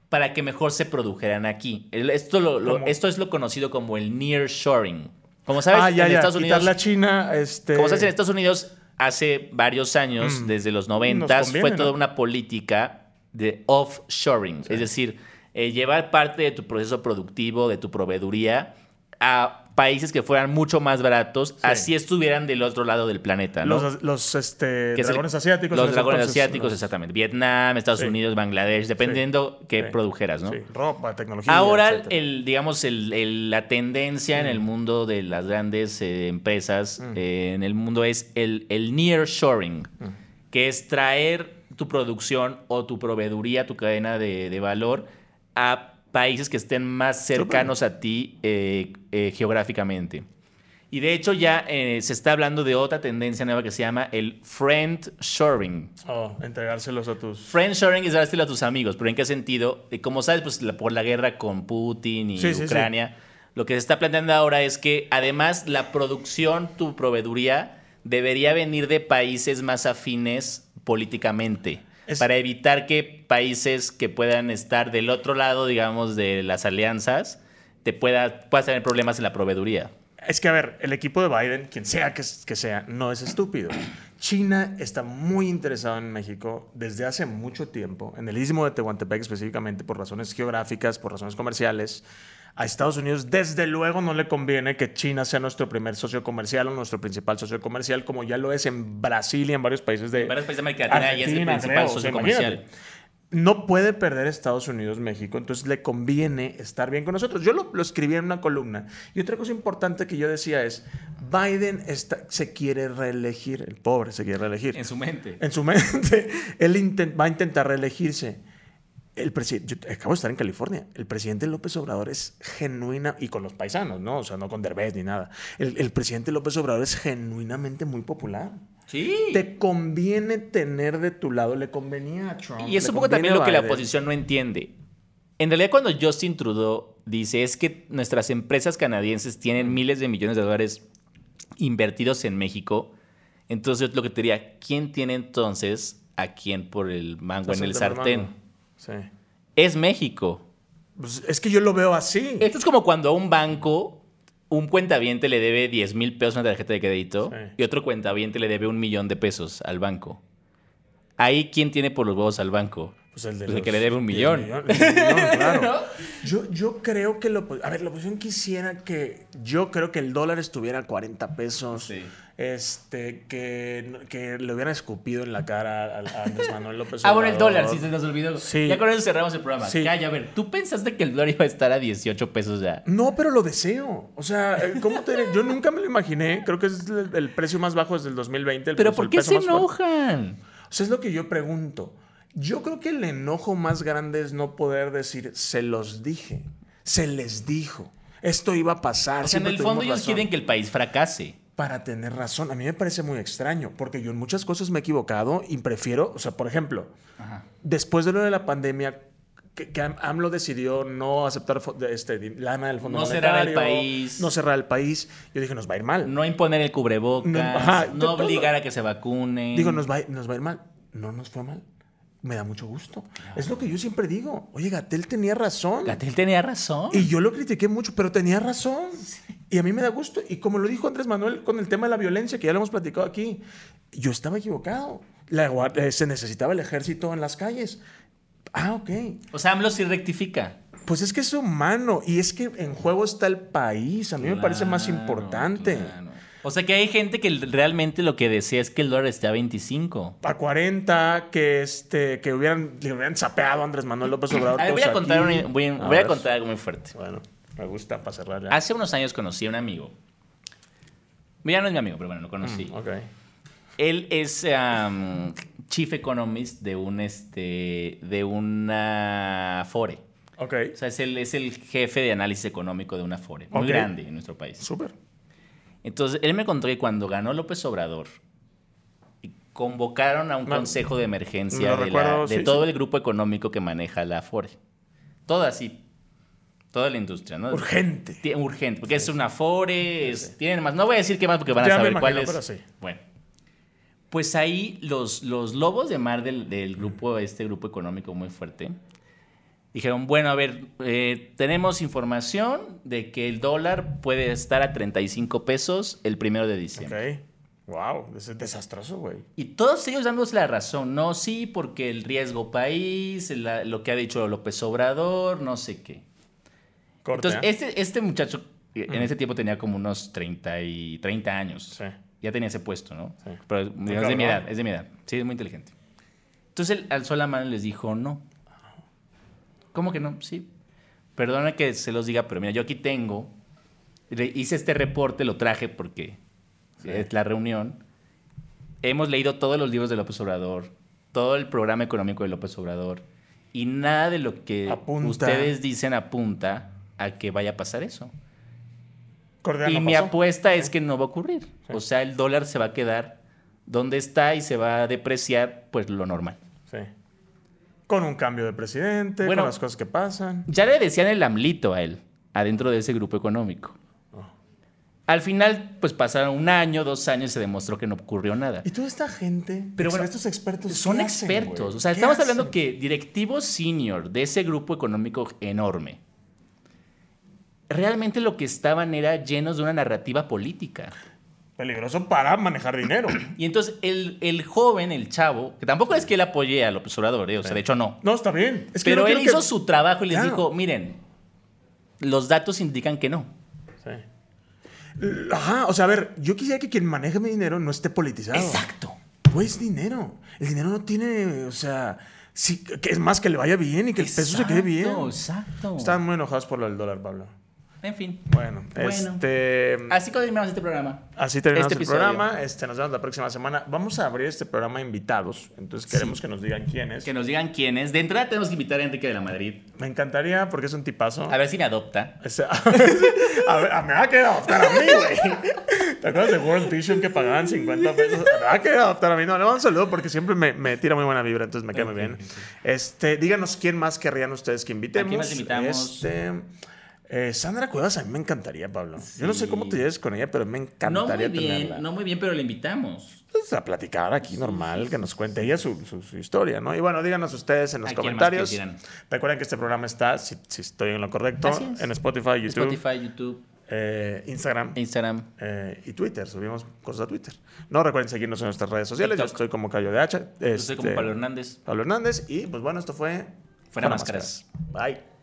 Speaker 2: para que mejor se produjeran aquí. El- Esto, lo- lo-
Speaker 1: ¿Cómo?
Speaker 2: esto es lo conocido como el nearshoring. Como sabes,
Speaker 1: ah, ya,
Speaker 2: en
Speaker 1: ya.
Speaker 2: Estados
Speaker 1: Quitar
Speaker 2: Unidos...
Speaker 1: la China, este...
Speaker 2: Como se hace en Estados Unidos, hace varios años, desde los 90,
Speaker 1: Mm. Nos conviene,
Speaker 2: fue toda
Speaker 1: ¿no?
Speaker 2: una política de offshoring, es decir, eh, llevar parte de tu proceso productivo, de tu proveeduría, a países que fueran mucho más baratos, así estuvieran del otro lado del planeta. ¿no?
Speaker 1: Los, los, este,
Speaker 2: que es el-
Speaker 1: dragones asiáticos. en
Speaker 2: Los
Speaker 1: ese
Speaker 2: dragones
Speaker 1: entonces,
Speaker 2: asiáticos,
Speaker 1: ¿no?
Speaker 2: exactamente. Vietnam, Estados
Speaker 1: Sí.
Speaker 2: Unidos, Bangladesh, dependiendo qué
Speaker 1: Sí.
Speaker 2: produjeras, ¿no?
Speaker 1: Sí, ropa, tecnología.
Speaker 2: Ahora,
Speaker 1: etcétera. Mm.
Speaker 2: el, digamos, el- el- la tendencia en el mundo de las grandes eh, empresas, eh, en el mundo es el, el nearshoring,
Speaker 1: Mm.
Speaker 2: que es traer tu producción o tu proveeduría, tu cadena de, de valor a países que estén más cercanos a ti eh, eh, geográficamente. Y de hecho ya eh, se está hablando de otra tendencia nueva que se llama el friend shoring.
Speaker 1: Oh, entregárselos a tus.
Speaker 2: Friendshoring es dárselo a tus amigos, pero ¿en qué sentido? Eh, Como sabes, pues la- por la guerra con Putin y
Speaker 1: Sí, sí, sí.
Speaker 2: Ucrania, lo que se está planteando ahora es que además la producción, tu proveeduría, debería venir de países más afines políticamente.
Speaker 1: Es-
Speaker 2: Para evitar que países que puedan estar del otro lado, digamos, de las alianzas, te pueda, puedas tener problemas en la proveeduría.
Speaker 1: Es que, a ver, el equipo de Biden, quien sea que, que sea, no es estúpido. China está muy interesado en México desde hace mucho tiempo, en el istmo de Tehuantepec específicamente, por razones geográficas, por razones comerciales. A Estados Unidos, desde luego, no le conviene que China sea nuestro primer socio comercial o nuestro principal socio comercial, como ya lo es en Brasil y en varios países de.
Speaker 2: En varios países de América Latina ya es el
Speaker 1: Argentina,
Speaker 2: principal
Speaker 1: creo, o sea,
Speaker 2: socio
Speaker 1: imagínate
Speaker 2: comercial.
Speaker 1: no puede perder Estados Unidos México, entonces le conviene estar bien con nosotros. Yo lo, lo escribí en una columna. Y otra cosa importante que yo decía es, Biden está- se quiere reelegir, el pobre se quiere reelegir.
Speaker 2: En su mente.
Speaker 1: En su mente, él inten- va a intentar reelegirse. El presidente, yo acabo de estar en California. El presidente López Obrador es genuina, y con los paisanos, ¿no? O sea, no con Derbez ni nada. El- el presidente López Obrador es genuinamente muy popular
Speaker 2: Sí.
Speaker 1: te conviene tener de tu lado, le convenía a Trump.
Speaker 2: Y es
Speaker 1: le
Speaker 2: un poco también
Speaker 1: conviene
Speaker 2: lo que la
Speaker 1: a Biden.
Speaker 2: oposición no entiende. En realidad, cuando Justin Trudeau dice es que nuestras empresas canadienses tienen miles de millones de dólares invertidos en México, entonces lo que te diría, ¿quién tiene entonces a quién por el mango en el
Speaker 1: Hacerse la
Speaker 2: sartén?
Speaker 1: mano. Sí.
Speaker 2: Es México.
Speaker 1: Pues, es que yo lo veo así.
Speaker 2: Esto es como cuando a un banco, un cuentaviente le debe 10 mil pesos a una tarjeta de crédito
Speaker 1: Sí.
Speaker 2: y otro cuentaviente le debe un millón de pesos al banco. Ahí, ¿quién tiene por los huevos al banco?
Speaker 1: Pues de
Speaker 2: pues el
Speaker 1: los
Speaker 2: que le debe un
Speaker 1: 10
Speaker 2: millón.
Speaker 1: millones, el millón, claro. yo, yo creo que lo, a ver, la oposición quisiera que yo creo que el dólar estuviera a 40 pesos.
Speaker 2: Sí.
Speaker 1: Este, que, que le hubieran escupido en la cara a, a Andrés Manuel López
Speaker 2: Ah, bueno, el
Speaker 1: Obrador.
Speaker 2: dólar, sí, se nos olvidó.
Speaker 1: Sí.
Speaker 2: Ya con eso cerramos el programa.
Speaker 1: Sí.
Speaker 2: Calla, a ver, ¿tú pensaste que el dólar iba a estar a 18 pesos ya?
Speaker 1: No, pero lo deseo. O sea, eh, ¿cómo te diré? Yo nunca me lo imaginé. Creo que es el, el precio más bajo desde el 2020. el-
Speaker 2: ¿Pero
Speaker 1: Pues el
Speaker 2: por qué
Speaker 1: peso
Speaker 2: se
Speaker 1: más fuerte.
Speaker 2: enojan?
Speaker 1: O sea, es lo que yo pregunto. Yo creo que el enojo más grande es no poder decir, se los dije, se les dijo, esto iba a pasar.
Speaker 2: O sea, en
Speaker 1: siempre
Speaker 2: el fondo
Speaker 1: tuvimos
Speaker 2: ellos
Speaker 1: razón".
Speaker 2: quieren que el país fracase.
Speaker 1: Para tener razón, a mí me parece muy extraño, porque yo en muchas cosas me he equivocado y prefiero, o sea, por ejemplo, después de lo de la pandemia, que, que Am- AMLO decidió no aceptar fo- de este, di- lana del Fondo
Speaker 2: No
Speaker 1: Monetario.
Speaker 2: cerrar el país.
Speaker 1: No cerrar el país. Yo dije, nos va a ir mal.
Speaker 2: No imponer el cubrebocas,
Speaker 1: No,
Speaker 2: no,
Speaker 1: ajá, de todo.
Speaker 2: obligar a que se vacunen.
Speaker 1: Digo, nos va, nos va a ir mal. No nos fue mal. Me da mucho gusto. Es lo que yo siempre digo. Oye, Gatel tenía razón.
Speaker 2: Gatel tenía razón.
Speaker 1: Y yo lo critiqué mucho, pero tenía razón. Y a mí me da gusto. Y como lo dijo Andrés Manuel con el tema de la violencia, que ya lo hemos platicado aquí, yo estaba equivocado. La guar- eh, se necesitaba el ejército en las calles. Ah, ok.
Speaker 2: O sea, AMLO sí rectifica.
Speaker 1: Pues es que es humano. Y es que en juego está el país. A mí me parece más
Speaker 2: Claro,
Speaker 1: importante.
Speaker 2: claro. O sea, que hay gente que realmente lo que desea es que el dólar esté a 25.
Speaker 1: a 40, que, este, que hubieran, le hubieran sapeado a Andrés Manuel López Obrador.
Speaker 2: A ver, voy
Speaker 1: todos
Speaker 2: a contar,
Speaker 1: aquí.
Speaker 2: una- voy a- voy
Speaker 1: ver.
Speaker 2: a contar algo muy fuerte.
Speaker 1: Bueno, me gusta para cerrar ya.
Speaker 2: Ah. Hace unos años conocí a un amigo. Ya no es mi amigo, pero bueno, lo conocí.
Speaker 1: Mm, Ok.
Speaker 2: Él es am, chief economist de un este de una Afore.
Speaker 1: Ok.
Speaker 2: O sea, es el, es el jefe de análisis económico de una Afore, muy
Speaker 1: Ok.
Speaker 2: grande en nuestro país.
Speaker 1: Súper.
Speaker 2: Entonces, él me contó que cuando ganó López Obrador, convocaron a un
Speaker 1: Me-
Speaker 2: consejo de emergencia
Speaker 1: lo
Speaker 2: de, la-
Speaker 1: recuerdo,
Speaker 2: de
Speaker 1: sí,
Speaker 2: todo
Speaker 1: sí.
Speaker 2: el grupo económico que maneja la Afore. Todo así. Toda la industria, ¿no?
Speaker 1: Urgente.
Speaker 2: Ti- urgente, porque es una Afore, es- tienen más. No voy a decir qué más porque van a
Speaker 1: Ya me
Speaker 2: saber
Speaker 1: imagino,
Speaker 2: cuál es.
Speaker 1: pero sí.
Speaker 2: Bueno. Pues ahí los, los lobos de mar del, del grupo, este grupo económico muy fuerte, dijeron, bueno, a ver, eh, tenemos información de que el dólar puede estar a 35 pesos el primero de diciembre.
Speaker 1: Ok. Wow, eso es desastroso, güey.
Speaker 2: Y todos ellos dándose la razón, no, sí, porque el riesgo país, la- lo que ha dicho López Obrador, no sé qué.
Speaker 1: Corte,
Speaker 2: Entonces,
Speaker 1: ¿eh?
Speaker 2: este, este muchacho eh, en ese tiempo tenía como unos 30, y, 30 años.
Speaker 1: Sí.
Speaker 2: Ya tenía ese puesto, ¿no?
Speaker 1: Sí.
Speaker 2: Pero digamos, es de
Speaker 1: cabrón.
Speaker 2: mi edad, es de mi edad. Sí, es muy inteligente. Entonces él alzó la mano y les dijo, no. ¿Cómo que no? Sí. Perdona que se los diga, pero mira, yo aquí tengo, re- hice este reporte, lo traje porque es la reunión. Hemos leído todos los libros de López Obrador, todo el programa económico de López Obrador, y nada de lo que
Speaker 1: Apunta.
Speaker 2: ustedes dicen apunta a que vaya a pasar eso.
Speaker 1: Corte,
Speaker 2: Y
Speaker 1: no
Speaker 2: mi
Speaker 1: pasó.
Speaker 2: apuesta es que no va a ocurrir. O sea, el dólar se va a quedar donde está y se va a depreciar, pues lo normal.
Speaker 1: Sí. Con un cambio de presidente,
Speaker 2: Bueno.
Speaker 1: con las cosas que pasan.
Speaker 2: Ya le decían el AMLito a él, adentro de ese grupo económico.
Speaker 1: Ah.
Speaker 2: Al final, pues pasaron un año, dos años y se demostró que no ocurrió nada.
Speaker 1: Y toda esta gente,
Speaker 2: Pero bueno,
Speaker 1: estos expertos,
Speaker 2: Son
Speaker 1: ¿qué hacen,
Speaker 2: expertos.
Speaker 1: güey?
Speaker 2: o sea,
Speaker 1: ¿Qué
Speaker 2: estamos
Speaker 1: hacen?
Speaker 2: hablando que directivos senior de ese grupo económico enorme, realmente lo que estaban era llenos de una narrativa política.
Speaker 1: Peligroso para manejar dinero.
Speaker 2: Y entonces el, el joven, el chavo, que tampoco es que él apoye a López Obrador, eh, o sea, de hecho no.
Speaker 1: no, está bien. Es que
Speaker 2: Pero
Speaker 1: yo no
Speaker 2: él hizo
Speaker 1: quiero que-
Speaker 2: su trabajo y les
Speaker 1: Claro.
Speaker 2: dijo, miren, los datos indican que no.
Speaker 1: Sí. L- Ajá, o sea, a ver, yo quisiera que quien maneje mi dinero no esté politizado.
Speaker 2: Exacto.
Speaker 1: Pues es dinero. El dinero no tiene, o sea, sí, que es más que le vaya bien y que el peso se quede bien.
Speaker 2: Exacto, Exacto.
Speaker 1: Están muy enojados por lo del dólar, Pablo.
Speaker 2: En fin.
Speaker 1: Bueno,
Speaker 2: Bueno.
Speaker 1: este.
Speaker 2: Así terminamos este programa.
Speaker 1: Así terminamos
Speaker 2: Este
Speaker 1: el
Speaker 2: episodio.
Speaker 1: programa. Este, nos vemos la próxima semana. Vamos a abrir este programa a invitados. Entonces queremos que nos digan quién es.
Speaker 2: Que nos digan quién es. De entrada tenemos que invitar a Enrique de la Madrid.
Speaker 1: Me encantaría porque es un tipazo.
Speaker 2: A ver si me adopta.
Speaker 1: O sea, a ver, a- me va a querer adoptar a mí, güey. ¿Te acuerdas de World Vision que pagaban 50 pesos? Me va a querer adoptar a mí. No, le mando un saludo porque siempre me, me tira muy buena vibra, entonces me queda muy bien. Este, díganos quién más querrían ustedes que invitemos.
Speaker 2: más invitamos?
Speaker 1: Este, eh, Sandra Cuevas, a mí me encantaría, Pablo. Yo no sé cómo te
Speaker 2: Sí.
Speaker 1: lleves con ella, pero me
Speaker 2: No muy
Speaker 1: encantaría
Speaker 2: bien,
Speaker 1: tenerla.
Speaker 2: no muy bien, pero le invitamos.
Speaker 1: Pues, a platicar aquí normal, que nos cuente ella su, su- su historia, ¿no? Y bueno, díganos ustedes en los
Speaker 2: ¿A quién más
Speaker 1: comentarios.
Speaker 2: quisieran?
Speaker 1: Recuerden que este programa está, si, si estoy en lo correcto,
Speaker 2: Así es.
Speaker 1: en Spotify, YouTube,
Speaker 2: Spotify, YouTube,
Speaker 1: eh, Instagram
Speaker 2: Instagram.
Speaker 1: eh, y Twitter. Subimos cosas a Twitter. No recuerden seguirnos en nuestras redes sociales. Yo
Speaker 2: TikTok.
Speaker 1: estoy como Cayo de Hacha. Este,
Speaker 2: Yo soy como Pablo Hernández.
Speaker 1: Pablo Hernández. Y pues bueno, esto fue...
Speaker 2: Fuera Máscaras.
Speaker 1: Máscaras. Bye.